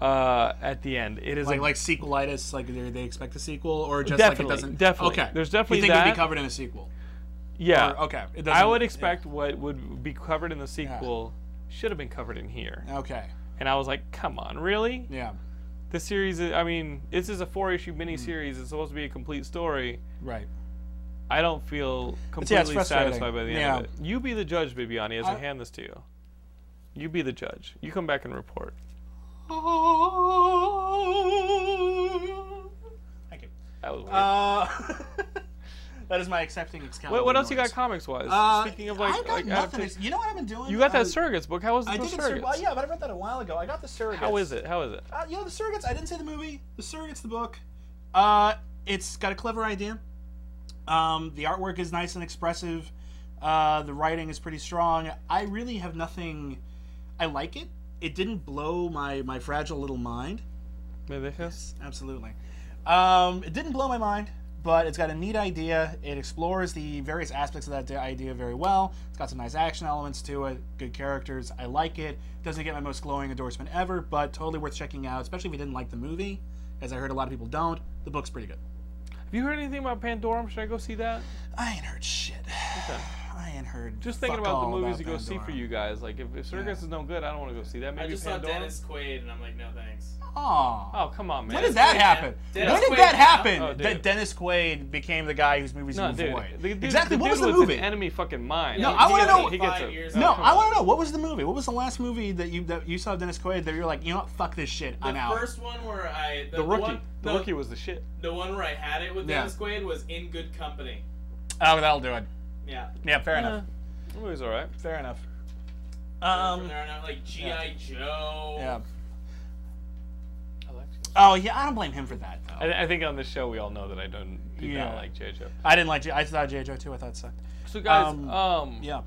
Speaker 2: uh, at the end. It is
Speaker 3: like
Speaker 2: a
Speaker 3: like sequelitis, like they, they expect a sequel, or just
Speaker 2: Definitely,
Speaker 3: like it doesn't.
Speaker 2: definitely.
Speaker 3: Okay.
Speaker 2: There's definitely
Speaker 3: You think it'd
Speaker 2: that.
Speaker 3: be covered in a sequel?
Speaker 2: yeah.
Speaker 3: Or- okay, it
Speaker 2: I
Speaker 3: doesn't-
Speaker 2: would
Speaker 3: yeah.
Speaker 2: expect what would be covered in the sequel should have been covered in here,
Speaker 3: Okay.
Speaker 2: and I was like, come on, really?
Speaker 3: Yeah.
Speaker 2: This series, is, I mean, this is a four-issue miniseries. It's supposed to be a complete story.
Speaker 3: Right.
Speaker 2: I don't feel
Speaker 3: yeah, it's
Speaker 2: completely
Speaker 3: frustrating.
Speaker 2: satisfied by the end of
Speaker 3: Yeah.
Speaker 2: it. You be the judge, Bibiani, as I,
Speaker 3: I-
Speaker 2: hand this to you. You be the judge. You come back and report.
Speaker 3: Thank you.
Speaker 2: That was weird.
Speaker 3: Uh, that is my accepting Excalibur.
Speaker 2: what, what else you got
Speaker 3: noise.
Speaker 2: comics wise?
Speaker 3: Uh,
Speaker 2: Speaking of like,
Speaker 3: I got
Speaker 2: like
Speaker 3: nothing.
Speaker 2: adaptation-
Speaker 3: You know what I've been doing?
Speaker 2: you got that
Speaker 3: Um,
Speaker 2: surrogates book. How was the
Speaker 3: I did
Speaker 2: surrogates?
Speaker 3: get sur- well, yeah, but I read that a while ago. I got the surrogates.
Speaker 2: How is it? How is it?
Speaker 3: Uh, you know the surrogates. I didn't see the movie. The surrogates, the book. Uh, it's got a clever idea. Um, the artwork is nice and expressive. Uh, the writing is pretty strong. I really have nothing. I like it. It didn't blow my my fragile little mind.
Speaker 2: Maybe this?
Speaker 3: Absolutely. Um, it didn't blow my mind, but it's got a neat idea. It explores the various aspects of that di- idea very well. It's got some nice action elements to it, good characters. I like it. Doesn't get my most glowing endorsement ever, but totally worth checking out, especially if you didn't like the movie, as I heard a lot of people don't. The book's pretty good.
Speaker 2: Have you heard anything about Pandorum? Should I go see that?
Speaker 3: I ain't heard shit. I ain't heard.
Speaker 2: Just thinking
Speaker 3: fuck
Speaker 2: about the
Speaker 3: all
Speaker 2: movies to
Speaker 3: about
Speaker 2: go see for
Speaker 3: Pandora.
Speaker 2: you guys. Like, if, if Circus is no good, I don't want to go see that. Maybe
Speaker 4: I just saw
Speaker 2: Pandorum.
Speaker 4: Dennis Quaid, and I'm like, no thanks.
Speaker 3: Aw.
Speaker 2: Oh, come on, man.
Speaker 3: when did that happen?
Speaker 4: Dennis
Speaker 3: when did
Speaker 4: Quaid
Speaker 3: that
Speaker 4: now?
Speaker 3: happen?
Speaker 2: Oh, dude.
Speaker 3: that Dennis Quaid became the guy whose movies
Speaker 2: No,
Speaker 3: you
Speaker 2: dude.
Speaker 3: avoid.
Speaker 2: The dude-
Speaker 3: exactly.
Speaker 2: the
Speaker 3: what was
Speaker 2: dude
Speaker 3: the
Speaker 2: An
Speaker 3: movie?
Speaker 2: enemy fucking mind.
Speaker 3: No,
Speaker 2: He
Speaker 3: I wanna
Speaker 2: gets it.
Speaker 3: know-
Speaker 2: He gets
Speaker 4: Five
Speaker 2: it.
Speaker 4: years
Speaker 3: No,
Speaker 4: Oh, come
Speaker 3: I want to know what was the movie? What was the last movie that you that you saw Dennis Quaid that you were like, you know what, fuck this shit,
Speaker 4: The
Speaker 3: I'm out.
Speaker 4: first one where I the,
Speaker 2: The rookie.
Speaker 4: one-
Speaker 2: The
Speaker 4: no,
Speaker 2: rookie was the shit.
Speaker 4: the one where I had it with
Speaker 3: Yeah.
Speaker 4: Dennis Quaid was In Good Company.
Speaker 3: Oh, that'll do it.
Speaker 4: Yeah.
Speaker 3: Yeah, fair enough.
Speaker 2: The movie's all right.
Speaker 3: Fair enough.
Speaker 4: From
Speaker 3: Um.
Speaker 4: there on out, like GI Joe.
Speaker 3: Yeah.
Speaker 2: I like it.
Speaker 3: Oh yeah, I don't blame him for that though.
Speaker 2: I, I think on this show we all know that I don't do
Speaker 3: Yeah.
Speaker 2: not like JoJo.
Speaker 3: I didn't like. J- I thought J.J. too. I thought it sucked.
Speaker 2: So guys, um,
Speaker 3: Um, Yeah.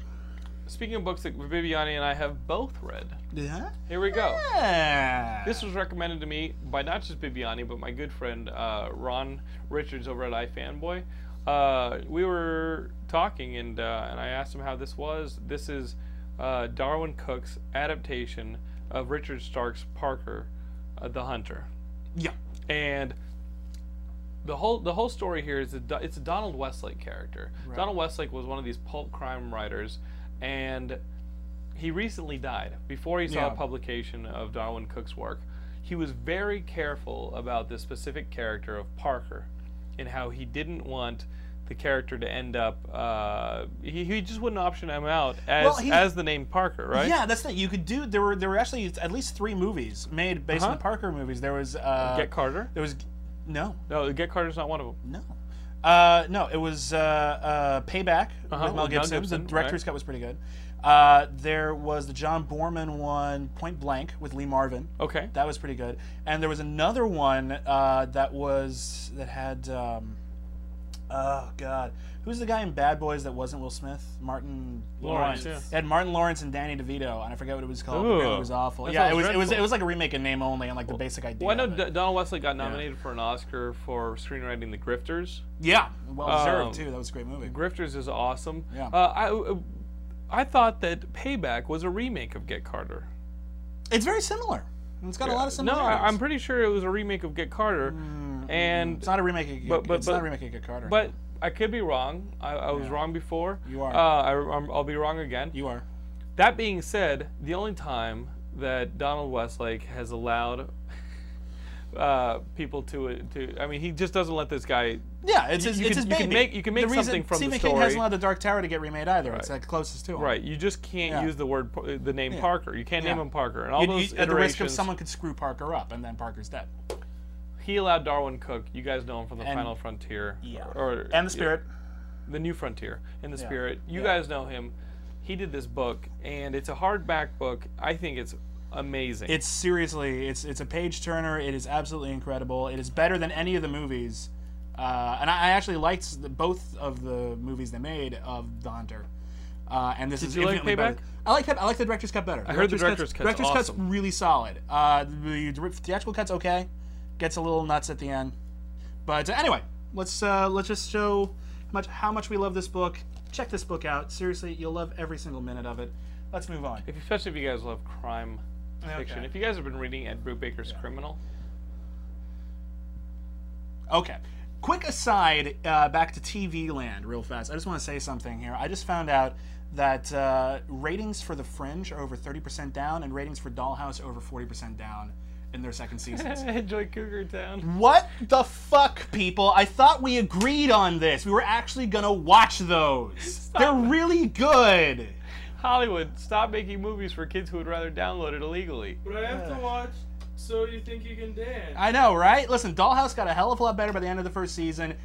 Speaker 2: speaking of books that Viviani and I have both read,
Speaker 3: Yeah.
Speaker 2: here we go.
Speaker 3: Yeah.
Speaker 2: This was recommended to me by not just Bibiani, but my good friend uh, Ron Richards over at iFanboy. Uh, we were talking, and uh, and I asked him how this was. This is uh, Darwin Cook's adaptation of Richard Stark's Parker, uh, the Hunter,
Speaker 3: Yeah.
Speaker 2: and the whole the whole story here is a, Do- it's a Donald Westlake character. Donald Westlake was one of these pulp crime writers, and he recently died before he saw
Speaker 3: Yeah.
Speaker 2: a publication of Darwin Cook's work. He was very careful about the specific character of Parker and how he didn't want the character to end up. Uh, he, he just wouldn't option him out as,
Speaker 3: Well, he-
Speaker 2: as the name Parker, right?
Speaker 3: Yeah, that's the you could do. There were there were actually at least three movies made based on
Speaker 2: Uh-huh.
Speaker 3: the Parker movies. There was uh,
Speaker 2: Get Carter?
Speaker 3: There was no,
Speaker 2: No, Get Carter's not one of them.
Speaker 3: no, uh, no. It was uh, uh, Payback
Speaker 2: Uh-huh,
Speaker 3: with Mel
Speaker 2: with Mel
Speaker 3: Gibson.
Speaker 2: Gibson,
Speaker 3: the director's
Speaker 2: right.
Speaker 3: cut was pretty good. Uh, there was the John Borman one, Point Blank, with Lee Marvin.
Speaker 2: Okay.
Speaker 3: That was pretty good. And there was another one uh, that was that had. Um, oh God, who's the guy in Bad Boys that wasn't Will Smith? Martin
Speaker 2: Lawrence,
Speaker 3: Lawrence.
Speaker 2: yeah.
Speaker 3: It had Martin Lawrence and Danny DeVito, and I forget what it was called. but
Speaker 2: Ooh.
Speaker 3: it was awful.
Speaker 2: That
Speaker 3: yeah,
Speaker 2: sounds
Speaker 3: it was. It was.
Speaker 2: dreadful.
Speaker 3: It was like a remake in name only, and like the basic idea.
Speaker 2: Well, I know
Speaker 3: of it.
Speaker 2: D- Donald Wesley got nominated for an Oscar for screenwriting The Grifters.
Speaker 3: yeah, well deserved
Speaker 2: Um,
Speaker 3: too. That was a great movie.
Speaker 2: Grifters is awesome.
Speaker 3: Yeah.
Speaker 2: Uh, I, I thought that Payback was a remake of Get Carter.
Speaker 3: It's very similar. It's got a lot of
Speaker 2: No,
Speaker 3: similarities.
Speaker 2: I, I'm pretty sure it was a remake of Get Carter,
Speaker 3: Mm-hmm.
Speaker 2: and
Speaker 3: It's not a remake. Of,
Speaker 2: But- but-
Speaker 3: it's not
Speaker 2: but-
Speaker 3: a remake of Get Carter.
Speaker 2: but I could be wrong. I, I was wrong before.
Speaker 3: You are.
Speaker 2: Uh, I, I'm, I'll be wrong again.
Speaker 3: you are.
Speaker 2: That being said, the only time that Donald Westlake has allowed uh, people to to I mean, he just doesn't let this guy.
Speaker 3: Yeah, it's his.
Speaker 2: you
Speaker 3: it's
Speaker 2: could-
Speaker 3: his
Speaker 2: you could
Speaker 3: baby.
Speaker 2: make- you could make
Speaker 3: the reason
Speaker 2: something from the
Speaker 3: Stephen King hasn't
Speaker 2: story.
Speaker 3: allowed the Dark Tower to get remade either. It's like closest to him.
Speaker 2: Right, you just can't
Speaker 3: Yeah.
Speaker 2: use the word par- the name Parker. You can't
Speaker 3: Yeah.
Speaker 2: name him Parker, and all
Speaker 3: You'd-
Speaker 2: those
Speaker 3: you- at the risk of
Speaker 2: iterations-
Speaker 3: someone could screw Parker up, and then Parker's dead.
Speaker 2: he allowed Darwin Cook. You guys know him from the
Speaker 3: And-
Speaker 2: Final Frontier,
Speaker 3: Yeah.
Speaker 2: or
Speaker 3: And the Spirit.
Speaker 2: the New Frontier, and the Spirit. You guys know him. He did this book, and it's a hardback book. I think it's amazing.
Speaker 3: It's seriously, it's it's a page turner. It is absolutely incredible. It is better than any of the movies, uh, and I I actually liked the, both of the movies they made of The Hunter. Uh, and this is
Speaker 2: you like
Speaker 3: infinitely better.
Speaker 2: Payback?
Speaker 3: I like I like the director's cut better. I
Speaker 2: heard the director's cut's
Speaker 3: director's cut's
Speaker 2: awesome.
Speaker 3: really solid. Uh, the dir- theatrical cut's okay, gets a little nuts at the end, but uh, anyway, let's uh, let's just show how much how much we love this book. Check this book out. Seriously, you'll love every single minute of it. Let's move on.
Speaker 2: If- especially if you guys love crime fiction.
Speaker 3: Okay.
Speaker 2: If you guys have been reading Ed Brubaker's Criminal,
Speaker 3: Okay. Quick aside, uh, back to TV land, real fast. I just want to say something here. I just found out that uh, ratings for The Fringe are over 30% down, and ratings for Dollhouse are over 40% down in their second seasons.
Speaker 2: enjoy Cougar Town.
Speaker 3: what the fuck, people? I thought we agreed on this. We were actually gonna watch those. They're really good.
Speaker 2: Hollywood, stop making movies for kids who would rather download it illegally.
Speaker 4: But I have to watch. So do you think you can dance?
Speaker 3: I know, right? Listen, Dollhouse got a hell of a lot better by the end of the first season.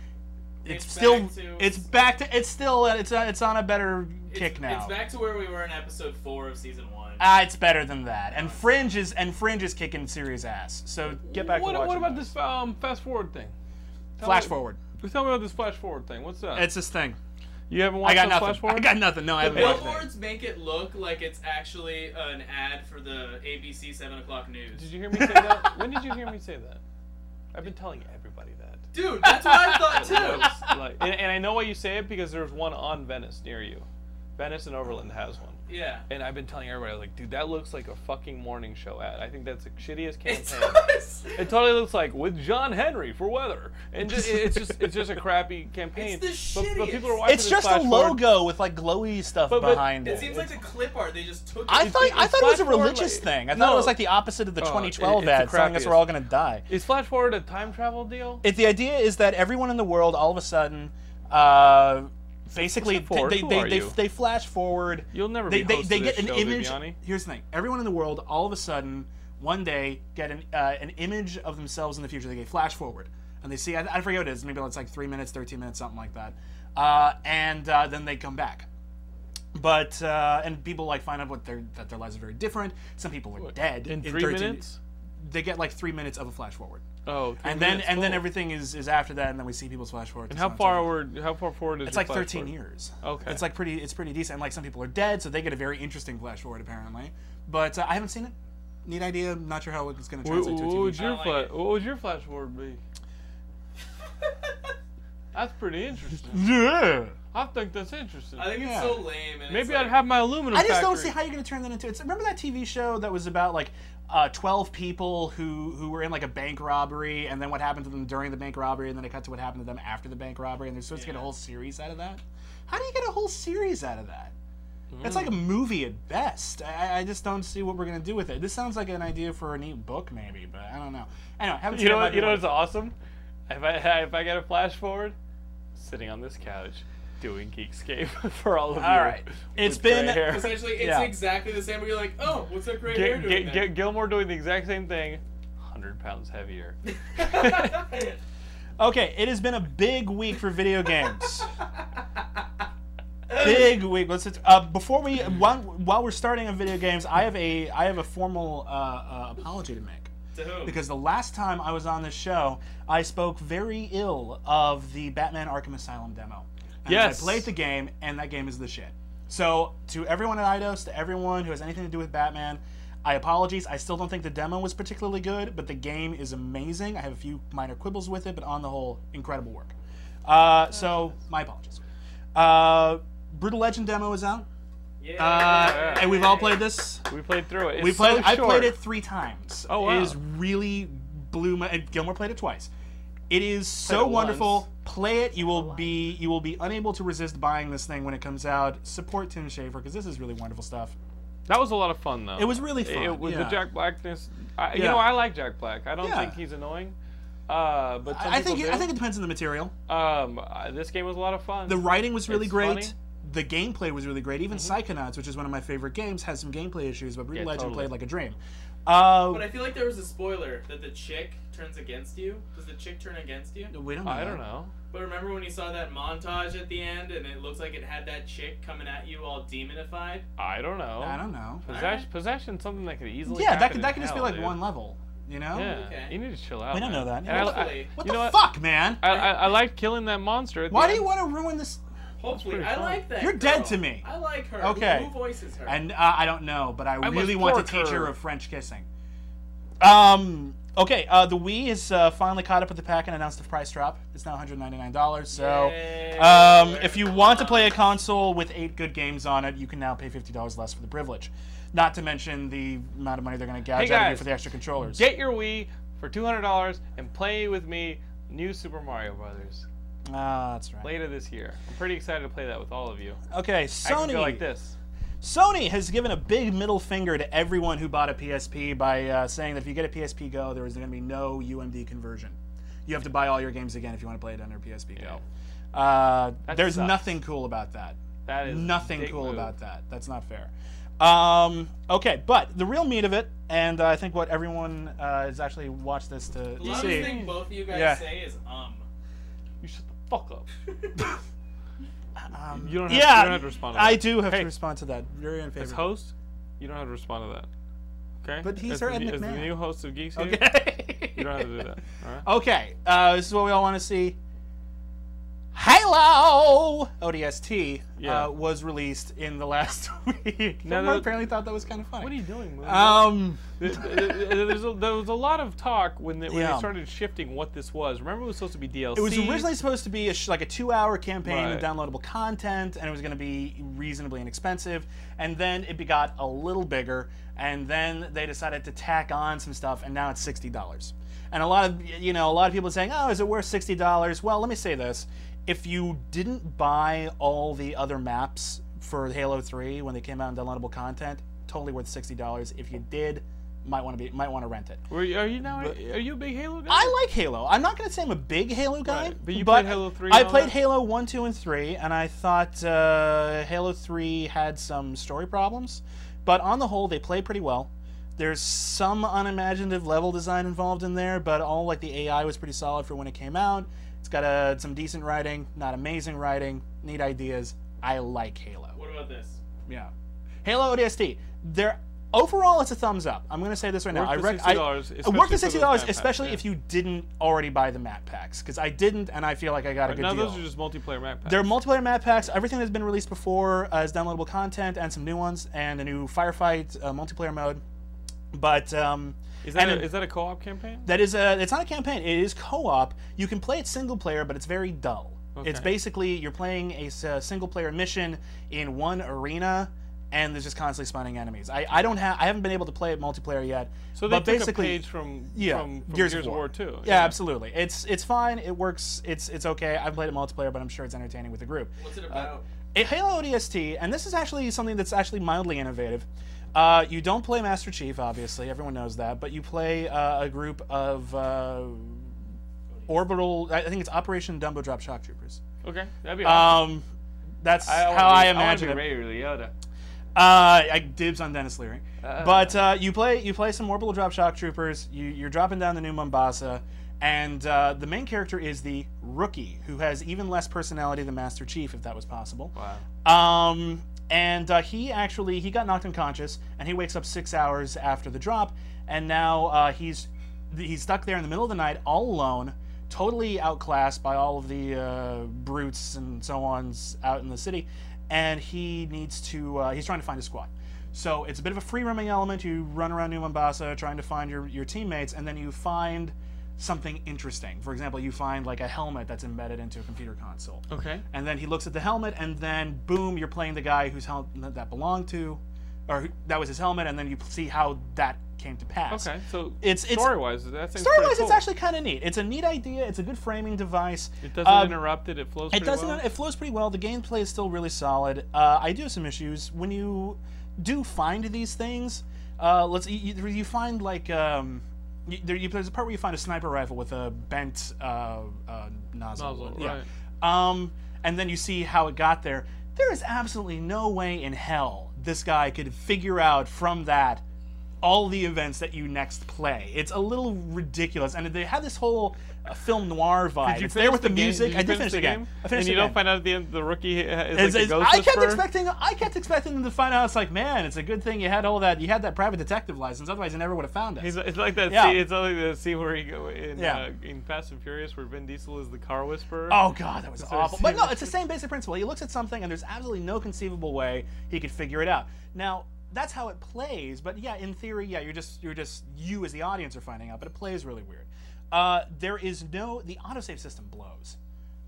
Speaker 3: It's,
Speaker 4: It's
Speaker 3: still,
Speaker 4: back to-
Speaker 3: it's back to, it's still, uh, it's on, it's on a better kick now.
Speaker 4: It's back to where we were in episode four of season one.
Speaker 3: Ah, it's better than that. And Fringe is and Fringe is kicking serious ass. So get back
Speaker 2: What,
Speaker 3: to watching.
Speaker 2: what about
Speaker 3: that.
Speaker 2: this um, fast forward thing?
Speaker 3: Flash forward.
Speaker 2: Tell me about this flash forward thing. What's that?
Speaker 3: It's this thing.
Speaker 2: you haven't watched
Speaker 3: I
Speaker 2: the
Speaker 3: got
Speaker 2: flash
Speaker 3: nothing.
Speaker 2: forward?
Speaker 3: I got nothing. No, I haven't watched it.
Speaker 4: Billboards make it look like it's actually an ad for the ABC seven o'clock news.
Speaker 2: Did you hear me say that? when did you hear me say that? I've been telling everybody that.
Speaker 4: Dude, that's what I thought too.
Speaker 2: Like, and, and I know why you say it because there's one on Venice near you. Venice and Overland has one.
Speaker 4: Yeah.
Speaker 2: And I've been telling everybody, like, dude, that looks like a fucking morning show ad. I think that's the shittiest
Speaker 4: It's
Speaker 2: campaign.
Speaker 4: worse.
Speaker 2: It totally looks like with John Henry for weather, and just, it's just it's just a crappy campaign.
Speaker 4: It's the
Speaker 2: but, but people are
Speaker 4: shittiest.
Speaker 2: watching
Speaker 3: It's
Speaker 2: this
Speaker 3: just a
Speaker 2: flash forward.
Speaker 3: logo with like glowy stuff
Speaker 2: But- but
Speaker 3: behind
Speaker 4: It
Speaker 3: it.
Speaker 4: seems like the clip art they just took.
Speaker 3: I
Speaker 4: it.
Speaker 3: thought I
Speaker 2: it's
Speaker 3: thought it was a
Speaker 2: flash forward,
Speaker 3: religious
Speaker 2: like-
Speaker 3: thing. I thought
Speaker 2: No. Oh,
Speaker 3: it was like the opposite of the
Speaker 2: it-
Speaker 3: 2012
Speaker 2: it's the
Speaker 3: ad telling us
Speaker 2: crappiest.
Speaker 3: we're all gonna die.
Speaker 2: Is Flash Forward a time travel deal?
Speaker 3: If the idea is that everyone in the world all of a sudden, uh, basically,
Speaker 2: What's that for?
Speaker 3: they
Speaker 2: Who
Speaker 3: they,
Speaker 2: are
Speaker 3: they,
Speaker 2: you?
Speaker 3: they flash forward.
Speaker 2: You'll never
Speaker 3: they,
Speaker 2: be
Speaker 3: they,
Speaker 2: host
Speaker 3: they
Speaker 2: of
Speaker 3: get
Speaker 2: this
Speaker 3: an
Speaker 2: show,
Speaker 3: image.
Speaker 2: Viviani.
Speaker 3: Here's the thing: everyone in the world all of a sudden, one day, get an uh, an image of themselves in the future. They get flash forward, and they see I, I forget what it is. Maybe it's like three minutes, thirteen minutes, something like that. Uh, and uh, then they come back. But uh, and people like find out what their that their lives are very different. Some people are dead
Speaker 2: In three
Speaker 3: 13
Speaker 2: minutes?
Speaker 3: They get like three minutes of a flash forward
Speaker 2: Oh, three
Speaker 3: and then
Speaker 2: minutes
Speaker 3: and then
Speaker 2: total.
Speaker 3: everything is is after that, and then we see people's flash forward.
Speaker 2: And how far were how far forward is
Speaker 3: It's like 13 years.
Speaker 2: Okay.
Speaker 3: It's like pretty. It's pretty decent. And like some people are dead, so they get a very interesting flash forward apparently. But uh, I haven't seen it. Neat idea. Not sure how it's going to
Speaker 2: What,
Speaker 3: translate to a
Speaker 2: what
Speaker 3: TV
Speaker 2: would
Speaker 3: show.
Speaker 2: your
Speaker 4: like
Speaker 2: fla-
Speaker 4: it.
Speaker 2: what would your Flash Forward be? That's pretty interesting.
Speaker 3: Yeah.
Speaker 2: I think that's interesting.
Speaker 4: I think
Speaker 3: Yeah.
Speaker 4: it's so lame. And it's
Speaker 2: Maybe
Speaker 4: like,
Speaker 2: I'd have my aluminum.
Speaker 3: I just don't see
Speaker 2: factory.
Speaker 3: how you're going to turn that into. It's remember that TV show that was about like. Uh, 12 people who who were in like a bank robbery and then what happened to them during the bank robbery and then it cut to what happened to them after the bank robbery and they're supposed to get a whole series out of that how do you get a whole series out of that It's
Speaker 2: Hmm.
Speaker 3: like a movie at best. I, I just don't see what we're gonna do with it. This sounds like an idea for a neat book, maybe, but I don't know. Anyway, haven't seen
Speaker 2: You know,
Speaker 3: it. might
Speaker 2: what,
Speaker 3: be
Speaker 2: you know
Speaker 3: one.
Speaker 2: what's awesome? If I if I get a flash forward, sitting on this couch, doing Geekscape for all of you.
Speaker 3: All right, it's
Speaker 2: with gray
Speaker 3: been
Speaker 2: hair.
Speaker 4: Essentially, it's
Speaker 3: Yeah.
Speaker 4: exactly the same. Where you're like, oh, what's that great hair
Speaker 2: Gil-
Speaker 4: doing?
Speaker 2: Gil-
Speaker 4: there?
Speaker 2: Gil- Gilmore doing the exact same thing, hundred pounds heavier.
Speaker 3: okay. It has been a big week for video games. big week. Let's just- uh, before we while, while we're starting on video games, I have a I have a formal uh, uh, apology to make.
Speaker 4: to whom?
Speaker 3: Because the last time I was on this show, I spoke very ill of the Batman Arkham Asylum demo. And
Speaker 2: Yes.
Speaker 3: I played the game, and that game is the shit. So, to everyone at Eidos, to everyone who has anything to do with Batman, I apologies. I still don't think the demo was particularly good, but the game is amazing. I have a few minor quibbles with it, but on the whole, incredible work. Uh, so, my apologies. Uh, Brutal Legend demo is out,
Speaker 4: yeah.
Speaker 3: uh, and we've all played this.
Speaker 2: We played through it. It's
Speaker 3: We played.
Speaker 2: So
Speaker 3: I
Speaker 2: short.
Speaker 3: played it three times.
Speaker 2: Oh, wow.
Speaker 3: It is really blew my. and Gilmore played it twice. It is so
Speaker 2: it
Speaker 3: wonderful.
Speaker 2: once.
Speaker 3: Play it. You will be you will be unable to resist buying this thing when it comes out. Support Tim Schafer because this is really wonderful stuff.
Speaker 2: That was a lot of fun though.
Speaker 3: It was really fun.
Speaker 2: It was the
Speaker 3: yeah.
Speaker 2: Jack Blackness. I, You
Speaker 3: Yeah.
Speaker 2: know, I like Jack Black. I don't
Speaker 3: Yeah.
Speaker 2: think he's annoying. Uh, but some
Speaker 3: I I think
Speaker 2: people
Speaker 3: it, I
Speaker 2: do.
Speaker 3: think it depends on the material.
Speaker 2: um, uh, this game was a lot of fun.
Speaker 3: The writing was really
Speaker 2: It's
Speaker 3: great.
Speaker 2: funny. Mm-hmm.
Speaker 3: The gameplay was really great. Even Psychonauts, which is one of my favorite games, has some gameplay issues, but Brutal
Speaker 2: Yeah,
Speaker 3: Legend
Speaker 2: totally.
Speaker 3: played like a dream. Uh,
Speaker 4: But I feel like there was a spoiler that the chick turns against you. Does the chick turn against you?
Speaker 3: we don't. Know
Speaker 2: I
Speaker 3: that.
Speaker 2: don't know.
Speaker 4: But remember when you saw that montage at the end and it looks like it had that chick coming at you all demonified?
Speaker 2: I don't know.
Speaker 3: I don't know.
Speaker 2: Possess- possession, something that could easily.
Speaker 3: Yeah, that
Speaker 2: happen
Speaker 3: could
Speaker 2: in
Speaker 3: that could just be
Speaker 2: hell,
Speaker 3: like
Speaker 2: dude.
Speaker 3: one level. You know.
Speaker 2: Yeah,
Speaker 4: Okay.
Speaker 2: you need to chill out.
Speaker 3: We don't
Speaker 2: man.
Speaker 3: know that.
Speaker 2: And I- I-
Speaker 4: Hopefully.
Speaker 3: What
Speaker 2: you
Speaker 3: the
Speaker 2: know what?
Speaker 3: fuck, man?
Speaker 2: I, I, I liked killing that monster. At
Speaker 3: Why
Speaker 2: the
Speaker 3: do you
Speaker 2: end.
Speaker 3: want to ruin this?
Speaker 4: Hopefully,
Speaker 2: pretty
Speaker 4: I
Speaker 2: fun.
Speaker 4: like that.
Speaker 3: You're dead
Speaker 4: girl.
Speaker 3: to me.
Speaker 4: I like her.
Speaker 3: Okay.
Speaker 4: Who, who voices her?
Speaker 3: And uh, I don't know, but I,
Speaker 2: was
Speaker 3: really want to
Speaker 2: poor
Speaker 3: teach her
Speaker 2: curve.
Speaker 3: of French kissing. Um. Okay. Uh, the Wii is uh, finally caught up with the pack and announced the price drop. It's now $199. So, um, if you want to play a console with eight good games on it, you can now pay $50 less for the privilege. Not to mention the amount of money they're going to gouge
Speaker 2: Hey,
Speaker 3: out of you
Speaker 2: guys.
Speaker 3: for the extra controllers.
Speaker 2: get your Wii for two hundred dollars and play with me New Super Mario Brothers
Speaker 3: Ah, that's right.
Speaker 2: later this year. I'm pretty excited to play that with all of you.
Speaker 3: Okay,
Speaker 2: I can
Speaker 3: Sony.
Speaker 2: go like this.
Speaker 3: Sony has given a big middle finger to everyone who bought a PSP by uh, saying that if you get a PSP Go, there is going to be no UMD conversion. You have to buy all your games again if you want to play it under PSP Go. Uh, there's
Speaker 2: sucks.
Speaker 3: nothing cool about that.
Speaker 2: That is
Speaker 3: Nothing
Speaker 2: big
Speaker 3: cool
Speaker 2: move.
Speaker 3: about that. That's not fair. Um, okay, but the real meat of it, and I think what everyone uh, has actually watched this to
Speaker 4: the loudest
Speaker 3: see.
Speaker 4: thing both of you guys
Speaker 3: Yeah.
Speaker 4: say is um.
Speaker 2: You shut the fuck up.
Speaker 3: um,
Speaker 2: you don't have,
Speaker 3: yeah,
Speaker 2: you don't have to respond. To
Speaker 3: I
Speaker 2: that.
Speaker 3: do have
Speaker 2: Hey.
Speaker 3: to respond to that. Very
Speaker 2: As
Speaker 3: unfavorable.
Speaker 2: host, you don't have to respond to that. Okay.
Speaker 3: But he's
Speaker 2: as
Speaker 3: our
Speaker 2: the,
Speaker 3: Ed
Speaker 2: as the
Speaker 3: McMahon.
Speaker 2: new host of Geeks. Okay.
Speaker 3: Okay.
Speaker 2: You don't have to do that. All right.
Speaker 3: Okay, uh, this is what we all want to see. Halo ODST
Speaker 2: Yeah.
Speaker 3: uh, was released in the last week.
Speaker 2: Now
Speaker 3: Now,
Speaker 2: that-
Speaker 3: apparently thought that was kind of funny.
Speaker 2: What are you doing, man?
Speaker 3: Um,
Speaker 2: Th- th- th- There's a, there was a lot of talk when they, when they
Speaker 3: Yeah.
Speaker 2: started shifting what this was. Remember, it was supposed to be DLC.
Speaker 3: it was originally supposed to be a sh- like a two-hour campaign
Speaker 2: Right.
Speaker 3: with downloadable content, and it was going to be reasonably inexpensive. And then it got a little bigger, and then they decided to tack on some stuff, and now it's sixty dollars. And a lot of you know a lot of people are saying, "Oh, is it worth sixty dollars?" Well, let me say this: if you didn't buy all the other maps for Halo Three when they came out in downloadable content, totally worth sixty dollars. If you did, might want to be might want to rent it.
Speaker 2: Were you- Are you now? Are you a big Halo guy?
Speaker 3: I like Halo. I'm not gonna say I'm a big Halo guy,
Speaker 2: Right, but you played Halo 3 and
Speaker 3: I
Speaker 2: all
Speaker 3: played
Speaker 2: that?
Speaker 3: Halo one, two, and three, and I thought uh, Halo three had some story problems, but on the whole, they play pretty well. There's some unimaginative level design involved in there, but all like the AI was pretty solid for when it came out. It's got uh some decent writing, not amazing writing, neat ideas. I like Halo.
Speaker 4: What about this?
Speaker 3: Yeah. Halo ODST. There. Overall, it's a thumbs up. I'm gonna say this right now.
Speaker 2: Worth
Speaker 3: I
Speaker 2: the
Speaker 3: rec-
Speaker 2: $60,
Speaker 3: I, worth
Speaker 2: especially for
Speaker 3: the
Speaker 2: those
Speaker 3: sixty dollars,
Speaker 2: map packs,
Speaker 3: especially
Speaker 2: yeah.
Speaker 3: if you didn't already buy the map packs, because I didn't, and I feel like I got a good
Speaker 2: now
Speaker 3: deal.
Speaker 2: those are just multiplayer map packs.
Speaker 3: There are multiplayer map packs. Everything that's been released before uh, is downloadable content and some new ones, and a new firefight uh, multiplayer mode. But um,
Speaker 2: is that
Speaker 3: and
Speaker 2: a, is that a co-op campaign?
Speaker 3: that is a. It's not a campaign. It is co-op. You can play it single player, but it's very dull. It's
Speaker 2: Okay.
Speaker 3: basically you're playing a single player mission in one arena, and there's just constantly spawning enemies. I, I don't have I haven't been able to play it multiplayer yet.
Speaker 2: So they
Speaker 3: but
Speaker 2: took
Speaker 3: basically,
Speaker 2: a page from
Speaker 3: yeah,
Speaker 2: from, from
Speaker 3: Gears,
Speaker 2: Gears of War too.
Speaker 3: Yeah, absolutely. It's it's fine. It works. It's it's okay. I've played it multiplayer, but I'm sure it's entertaining with the group.
Speaker 4: What's it about?
Speaker 3: A Halo ODST, and this is actually something that's actually mildly innovative. Uh, you don't play Master Chief, obviously, everyone knows that, but you play uh, a group of uh, orbital. I I think it's Operation Dumbo Drop Shock Troopers.
Speaker 2: Okay, that'd be awesome.
Speaker 3: Um, that's
Speaker 2: wanna
Speaker 3: how I
Speaker 2: be-
Speaker 3: imagine
Speaker 2: I
Speaker 3: it.
Speaker 2: wanna be Ray Liotta.
Speaker 3: Uh, I dibs on Dennis Leary. but uh, you play you play some orbital drop shock troopers. You, you're dropping down the new Mombasa, and uh, the main character is the rookie who has even less personality than Master Chief, if that was possible. Wow. Um, and uh, he actually he got knocked unconscious, and he wakes up six hours after the drop, and now uh, he's he's stuck there in the middle of the night all alone. Totally outclassed by all of the uh, brutes and so on's out in the city, and he needs to uh, he's trying to find a squad so it's a bit of a free roaming element you run around new mombasa trying to find your, your teammates and then you find something interesting for example you find like a helmet that's embedded into a computer console
Speaker 2: Okay.
Speaker 3: and then he looks at the helmet and then boom you're playing the guy whose helmet that belonged to or who- that was his helmet and then you see how that came to pass
Speaker 2: Okay. So
Speaker 3: It's- it's-
Speaker 2: story-wise, that's
Speaker 3: story wise it's actually kind of neat it's a neat idea it's a good framing device
Speaker 2: it doesn't
Speaker 3: Um,
Speaker 2: interrupt it. It flows.
Speaker 3: it
Speaker 2: pretty
Speaker 3: doesn't.
Speaker 2: Well.
Speaker 3: It flows pretty well. The gameplay is still really solid. Uh, I do have some issues when you do find these things. Uh, let's you, you you find like um, you, there, you, there's a part where you find a sniper rifle with a bent uh, uh, nozzle.
Speaker 2: Nozzle,
Speaker 3: yeah. Um, and then you see how it got there. There is absolutely no way in hell this guy could figure out from that all the events that you next play. It's a little ridiculous, and they have this whole uh, film noir vibe.
Speaker 2: Did you
Speaker 3: it's there
Speaker 2: finish
Speaker 3: with the,
Speaker 2: game?
Speaker 3: music.
Speaker 2: Did you
Speaker 3: I did finish the game. I
Speaker 2: and
Speaker 3: finished
Speaker 2: you
Speaker 3: the
Speaker 2: don't
Speaker 3: game.
Speaker 2: find out at the end the rookie ha- is
Speaker 3: It's-
Speaker 2: like a
Speaker 3: it's-
Speaker 2: ghost
Speaker 3: I kept
Speaker 2: whisperer?
Speaker 3: expecting I kept expecting them to find out. It's like, man, it's a good thing you had all that. You had that private detective license. Otherwise, you never would have found us.
Speaker 2: It's, it's like that.
Speaker 3: Yeah.
Speaker 2: Scene, it's like that scene where he go in
Speaker 3: Yeah.
Speaker 2: uh, in Fast and Furious where Vin Diesel is the car whisperer.
Speaker 3: Oh god, that was
Speaker 2: So
Speaker 3: awful.
Speaker 2: it's-
Speaker 3: But no, it's the same basic principle. He looks at something, and there's absolutely no conceivable way he could figure it out. Now that's how it plays. But yeah, in theory, yeah, you're just you're just you as the audience are finding out. But it plays really weird. Uh, there is no the autosave system blows.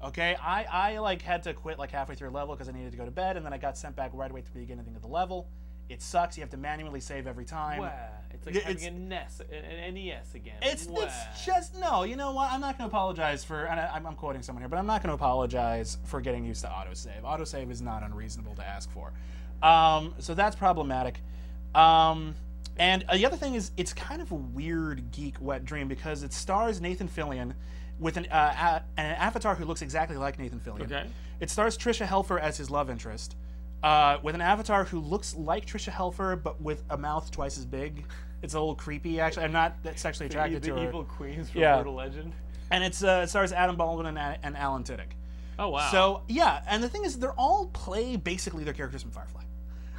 Speaker 3: Okay, I, I like had to quit like halfway through a level because I needed to go to bed, and then I got sent back right away to the beginning of the level. It sucks. You have to manually save every time.
Speaker 2: It's like
Speaker 3: Yeah, having it's- a
Speaker 2: NES, E an NES again.
Speaker 3: It's it's just no. You know what? I'm not going to apologize for. And I, I'm, I'm quoting someone here, but I'm not going to apologize for getting used to autosave. Autosave is not unreasonable to ask for. Um, so that's problematic. Um, and uh, the other thing is, it's kind of a weird geek wet dream because it stars Nathan Fillion with an uh, a, an avatar who looks exactly like Nathan Fillion.
Speaker 2: Okay.
Speaker 3: It stars Trisha Helfer as his love interest, uh, with an avatar who looks like Trisha Helfer but with a mouth twice as big. It's a little creepy, actually. I'm not sexually
Speaker 2: the,
Speaker 3: attracted to her.
Speaker 2: evil queens from
Speaker 3: Yeah.
Speaker 2: Mortal Legend.
Speaker 3: And it's uh, it stars Adam Baldwin and, A- and Alan Tiddick.
Speaker 2: Oh wow.
Speaker 3: So yeah, and the thing is, they're all play basically their characters from Firefly.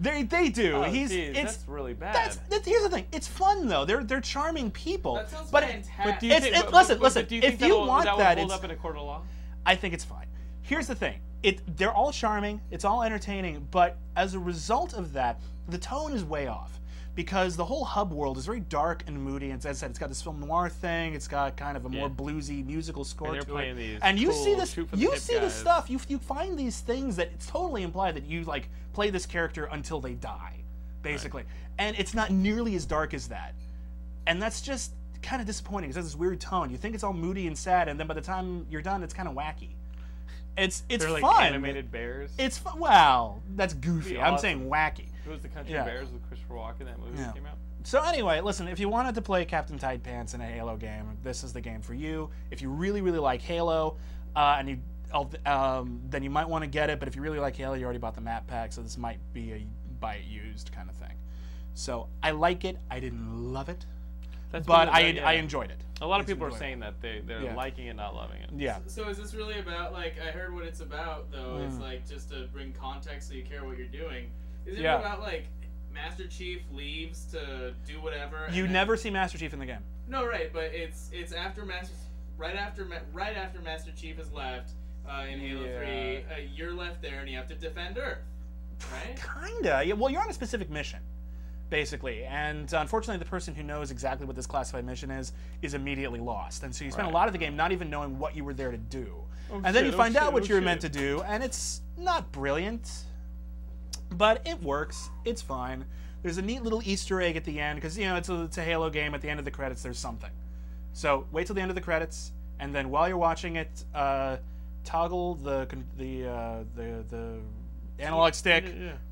Speaker 3: they they do.
Speaker 2: Oh,
Speaker 3: He's
Speaker 2: geez,
Speaker 3: it's
Speaker 2: that's really bad.
Speaker 3: that's, that's here's the thing. It's fun though. They're they're charming people.
Speaker 4: That sounds
Speaker 3: but it-
Speaker 4: fantastic.
Speaker 2: do
Speaker 3: it's-
Speaker 2: think-
Speaker 3: it-
Speaker 2: but-
Speaker 3: listen,
Speaker 2: but- but
Speaker 3: listen,
Speaker 2: do you
Speaker 3: if
Speaker 2: think that
Speaker 3: you
Speaker 2: will-
Speaker 3: want
Speaker 2: that, will
Speaker 3: that,
Speaker 2: hold
Speaker 3: it's-
Speaker 2: up in a court of law?
Speaker 3: I think it's fine. Here's the thing. It they're all charming, it's all entertaining, but as a result of that, the tone is way off. Because the whole hub world is very dark and moody, and as I said, it's got this film noir thing. It's got kind of a more bluesy musical score
Speaker 2: they're
Speaker 3: to
Speaker 2: playing
Speaker 3: it.
Speaker 2: these
Speaker 3: and you see
Speaker 2: cool
Speaker 3: this,
Speaker 2: shoot for the
Speaker 3: you
Speaker 2: hip
Speaker 3: see this
Speaker 2: guys.
Speaker 3: stuff. You you find these things that it's totally implied that you like play this character until they die, basically. And it's not nearly as dark as that and that's just kind of disappointing. 'cause It has this weird tone. You think it's all moody and sad, and then by the time you're done, it's kind of wacky. It's it's
Speaker 2: They're like
Speaker 3: fun.
Speaker 2: animated bears.
Speaker 3: It's fu- well, that's goofy.
Speaker 2: Be
Speaker 3: I'm
Speaker 2: awesome.
Speaker 3: saying wacky.
Speaker 2: It was the Country
Speaker 3: Yeah.
Speaker 2: Bears with Christopher Walken. That movie
Speaker 3: Yeah.
Speaker 2: that came out.
Speaker 3: So anyway, listen, if you wanted to play Captain Tide Pants in a Halo game, this is the game for you. If you really really like Halo, uh, and you um, then you might want to get it. But if you really like Halo, you already bought the map pack, so this might be a buy it used kind of thing. So I like it. I didn't love it,
Speaker 2: That's
Speaker 3: but
Speaker 2: one
Speaker 3: I
Speaker 2: of the- yeah.
Speaker 3: I enjoyed it.
Speaker 2: A lot of people are
Speaker 3: enjoyable.
Speaker 2: saying that they they're
Speaker 3: Yeah.
Speaker 2: liking it, not loving it.
Speaker 3: Yeah.
Speaker 4: So is this really about like I heard what it's about though?
Speaker 3: Hmm.
Speaker 4: It's like just to bring context so you care what you're doing. Is it
Speaker 3: Yeah.
Speaker 4: about like Master Chief leaves to do whatever? and
Speaker 3: You
Speaker 4: then-
Speaker 3: never see Master Chief in the game.
Speaker 4: No, right, but it's it's after Master, right after Ma- right after Master Chief has left uh, in Halo Three. Uh, you're left there and you have to defend Earth, right?
Speaker 3: Kinda. Yeah, well, you're on a specific mission, basically, and uh, unfortunately, the person who knows exactly what this classified mission is is immediately lost, and so you spend a lot of the game not even knowing what you were there to do, and then you
Speaker 2: shit, oh
Speaker 3: find out
Speaker 2: shit,
Speaker 3: what
Speaker 2: oh
Speaker 3: you were meant to
Speaker 2: shit.
Speaker 3: do, and it's not brilliant, but it works. It's fine. There's a neat little Easter egg at the end because you know it's a, it's a Halo game. At the end of the credits, there's something. So wait till the end of the credits, and then while you're watching it, uh, toggle the con- the uh, the the analog stick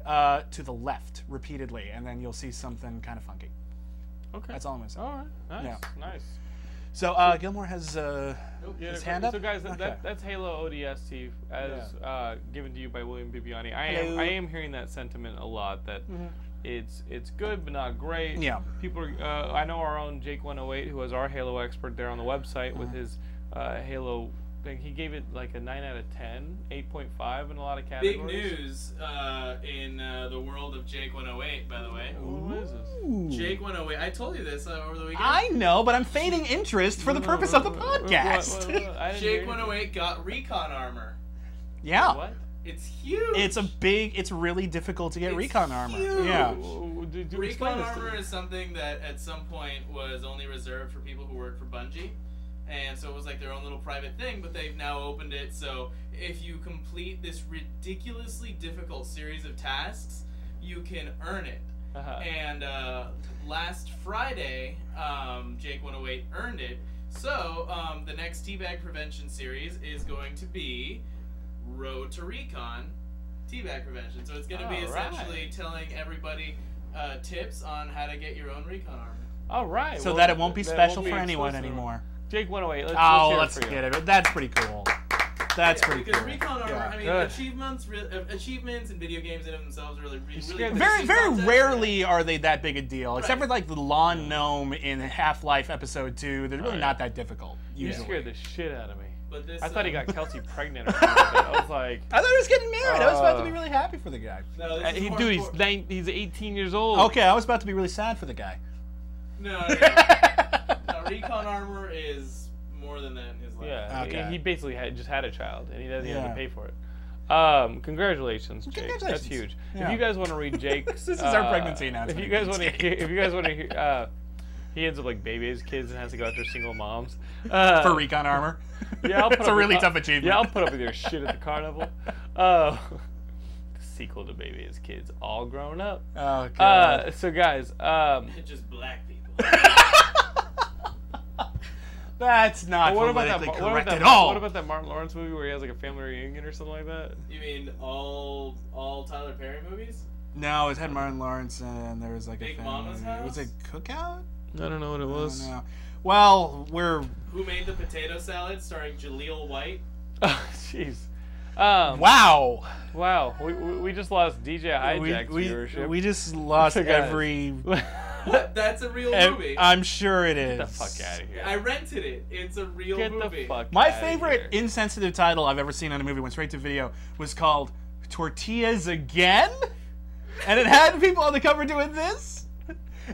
Speaker 3: uh, to the left repeatedly, and then you'll see something kind of funky.
Speaker 2: Okay.
Speaker 3: That's all I'm gonna say.
Speaker 2: All right. Nice.
Speaker 3: Yeah.
Speaker 2: Nice.
Speaker 3: So uh, Gilmore has uh,
Speaker 2: Yeah,
Speaker 3: his
Speaker 2: great.
Speaker 3: hand up.
Speaker 2: So guys, that,
Speaker 3: Okay.
Speaker 2: that, that's Halo ODST as uh, given to you by William Bibiani. I am I am hearing that sentiment a lot that it's it's good but not great.
Speaker 3: Mm-hmm. Yeah.
Speaker 2: People are, uh, I know our own Jake 108 who is our Halo expert there on the website
Speaker 3: Mm-hmm.
Speaker 2: with his uh, Halo thing. He gave it like a 9 out of 10, 8.5 in a lot of categories.
Speaker 4: Big news uh, in uh, the world of Jake 108, by the way.
Speaker 2: What is this?
Speaker 4: Jake 108. I told you this uh, over the weekend.
Speaker 3: I know, but I'm feigning interest for the purpose of the podcast.
Speaker 2: What- what- what? I didn't hear anything.
Speaker 4: Jake 108 got recon armor.
Speaker 3: yeah,
Speaker 2: What?
Speaker 4: It's huge.
Speaker 3: it's a big. It's really difficult to get
Speaker 4: It's
Speaker 3: recon armor.
Speaker 4: huge.
Speaker 3: Yeah.
Speaker 2: Oh, do- do explain
Speaker 4: Recon
Speaker 2: this to
Speaker 4: armor
Speaker 2: me.
Speaker 4: is something that at some point was only reserved for people who worked for Bungie. And so it was like their own little private thing, but they've now opened it. So if you complete this ridiculously difficult series of tasks, you can earn it.
Speaker 2: Uh-huh.
Speaker 4: And uh, last Friday, um, Jake 108 earned it. So um, the next Teabag Prevention series is going to be Road to Recon Teabag Prevention. So it's going to be
Speaker 2: Alright.
Speaker 4: essentially telling everybody uh, tips on how to get your own recon armor.
Speaker 2: All right.
Speaker 3: So
Speaker 2: well,
Speaker 3: that it won't be
Speaker 2: that
Speaker 3: special
Speaker 2: won't be
Speaker 3: for anyone
Speaker 2: exclusive.
Speaker 3: anymore.
Speaker 2: Jake 108. Let's,
Speaker 3: Oh,
Speaker 2: let's,
Speaker 3: let's
Speaker 2: hear it for you.
Speaker 3: get it. That's pretty cool. That's pretty
Speaker 4: Because
Speaker 3: cool.
Speaker 4: recon armor,
Speaker 3: Yeah.
Speaker 4: I mean,
Speaker 2: Good.
Speaker 4: achievements, re- uh, achievements in video games in and of themselves are really, really,
Speaker 2: scared
Speaker 4: cool.
Speaker 2: the
Speaker 3: Very,
Speaker 4: Recon
Speaker 3: very
Speaker 4: content.
Speaker 3: rarely are they that big a deal, except
Speaker 4: Right.
Speaker 3: for like the lawn gnome in Half Life Episode Two. They're
Speaker 2: Oh,
Speaker 3: really not that difficult
Speaker 2: You
Speaker 3: usually.
Speaker 2: scared the shit out of me.
Speaker 4: But this,
Speaker 2: I thought he
Speaker 4: um,
Speaker 2: got Kelsey pregnant. Or something. I was like,
Speaker 3: I thought he was getting married. I was about to be
Speaker 2: Uh,
Speaker 3: really happy for the guy.
Speaker 4: No, this
Speaker 2: Uh,
Speaker 4: is
Speaker 2: he,
Speaker 4: more
Speaker 2: dude, he's
Speaker 4: for-
Speaker 2: nine, he's 18 years old.
Speaker 3: Okay, I was about to be really sad for the guy.
Speaker 4: No, no, no. No, recon armor is more than that in his life.
Speaker 2: Yeah.
Speaker 3: Okay.
Speaker 2: He, he basically had just had a child, and he doesn't even have to
Speaker 3: Yeah.
Speaker 2: pay for it. Um, congratulations, Jake. That's
Speaker 3: Congratulations.
Speaker 2: huge.
Speaker 3: Yeah.
Speaker 2: If you guys want to read Jake's,
Speaker 3: This is our
Speaker 2: uh,
Speaker 3: pregnancy
Speaker 2: If
Speaker 3: announcement.
Speaker 2: you guys want to, if you guys want to, hear, uh, he ends up like baby his kids and has to go after single moms. Uh,
Speaker 3: For recon armor.
Speaker 2: Yeah, I'll put
Speaker 3: it's a
Speaker 2: up with-
Speaker 3: really
Speaker 2: I'll-
Speaker 3: tough achievement.
Speaker 2: Yeah, I'll put up with your shit at the carnival. Uh, the sequel to Baby Is Kids, all grown up.
Speaker 3: Oh, God.
Speaker 2: Uh, so guys, um,
Speaker 4: It's just black people.
Speaker 3: That's not
Speaker 2: what about that?
Speaker 3: politically
Speaker 2: Mar- What about
Speaker 3: correct
Speaker 2: that?
Speaker 3: at all.
Speaker 2: What about that Martin Lawrence movie where he has like a family reunion or something like that?
Speaker 4: You mean all all Tyler Perry movies?
Speaker 3: no, it had Martin Lawrence and there was like a
Speaker 4: Big
Speaker 3: family-
Speaker 4: Mama's house?
Speaker 3: Was it cookout?
Speaker 2: I don't know what it was.
Speaker 3: No. Well, we're
Speaker 4: Who made the potato salad starring Jaleel White?
Speaker 2: Oh, jeez. Um, wow,
Speaker 3: wow.
Speaker 2: we, we, we just lost DJ Hijack's
Speaker 3: we,
Speaker 2: viewership.
Speaker 3: we just lost
Speaker 2: Guys.
Speaker 3: every.
Speaker 4: What? That's a real
Speaker 3: ev-
Speaker 4: movie.
Speaker 2: uh,
Speaker 4: I,
Speaker 3: I'm sure it is.
Speaker 2: Get the fuck out of here.
Speaker 4: rented it. It's a real
Speaker 2: Get
Speaker 4: movie.
Speaker 2: the fuck.
Speaker 3: My
Speaker 2: outta
Speaker 3: favorite
Speaker 2: here.
Speaker 3: insensitive title I've ever seen on a movie went straight to video was called Tortillas Again? And it had people on the cover doing this.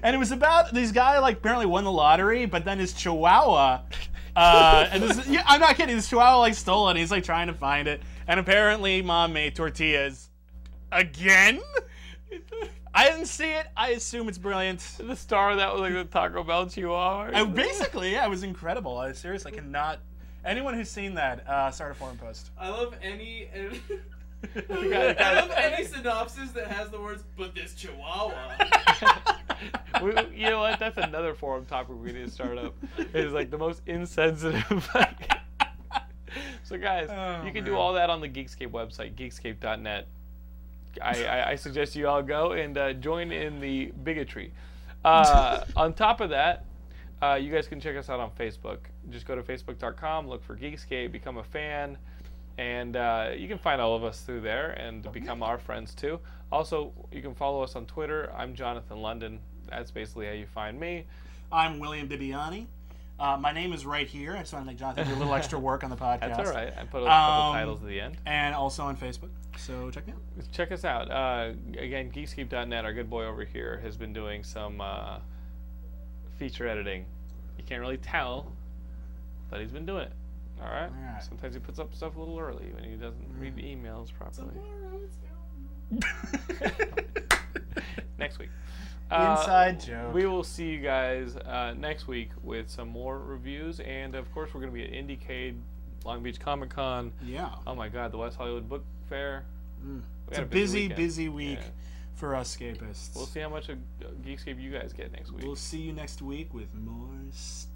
Speaker 3: And it was about this guy like apparently won the lottery, but then his chihuahua Uh, and this is, yeah, I'm not kidding. This chihuahua like stole it. He's like trying to find it, and apparently, mom made tortillas again. I didn't see it. I assume it's brilliant.
Speaker 2: The star that was like the Taco Bell Chihuahua.
Speaker 3: I, basically, yeah, it was incredible. I seriously cannot. Anyone who's seen that, uh, start a forum post.
Speaker 4: I love any. any I love any synopsis that has the words "but this Chihuahua."
Speaker 2: We, you know what? That's another forum topic we need to start up. Is like the most insensitive. so guys,
Speaker 3: Oh,
Speaker 2: you can
Speaker 3: man.
Speaker 2: do all that on the Geekscape website, geekscape.net. I, I, I suggest you all go and uh, join in the bigotry. Uh, on top of that, uh, you guys can check us out on Facebook. Just go to facebook.com, look for Geekscape, become a fan, and uh, you can find all of us through there and become our friends too. Also, you can follow us on Twitter. I'm Jonathan London. That's basically how you find me.
Speaker 3: I'm William Bibiani. Uh, my name is right here. I just want to make Jonathan do a little extra work on the podcast.
Speaker 2: That's all right. I put a couple
Speaker 3: Um,
Speaker 2: titles at the end.
Speaker 3: And also on Facebook. So check me out.
Speaker 2: Check us out. Uh, again, geekscape.net, our good boy over here, has been doing some uh, feature editing. You can't really tell, but he's been doing it. All right?
Speaker 3: right. Mm.
Speaker 2: Sometimes he puts up stuff a little early when he doesn't read the emails properly. next week. Uh,
Speaker 3: Inside joke.
Speaker 2: We will see you guys uh, next week with some more reviews. And of course, we're going to be at IndieCade, Long Beach Comic Con.
Speaker 3: Yeah.
Speaker 2: Oh my God, the West Hollywood Book Fair. We
Speaker 3: Mm. It's
Speaker 2: got
Speaker 3: a busy,
Speaker 2: weekend.
Speaker 3: busy week
Speaker 2: Yeah.
Speaker 3: for us escapists.
Speaker 2: We'll see how much of Geekscape you guys get next week.
Speaker 3: We'll see you next week with more stuff.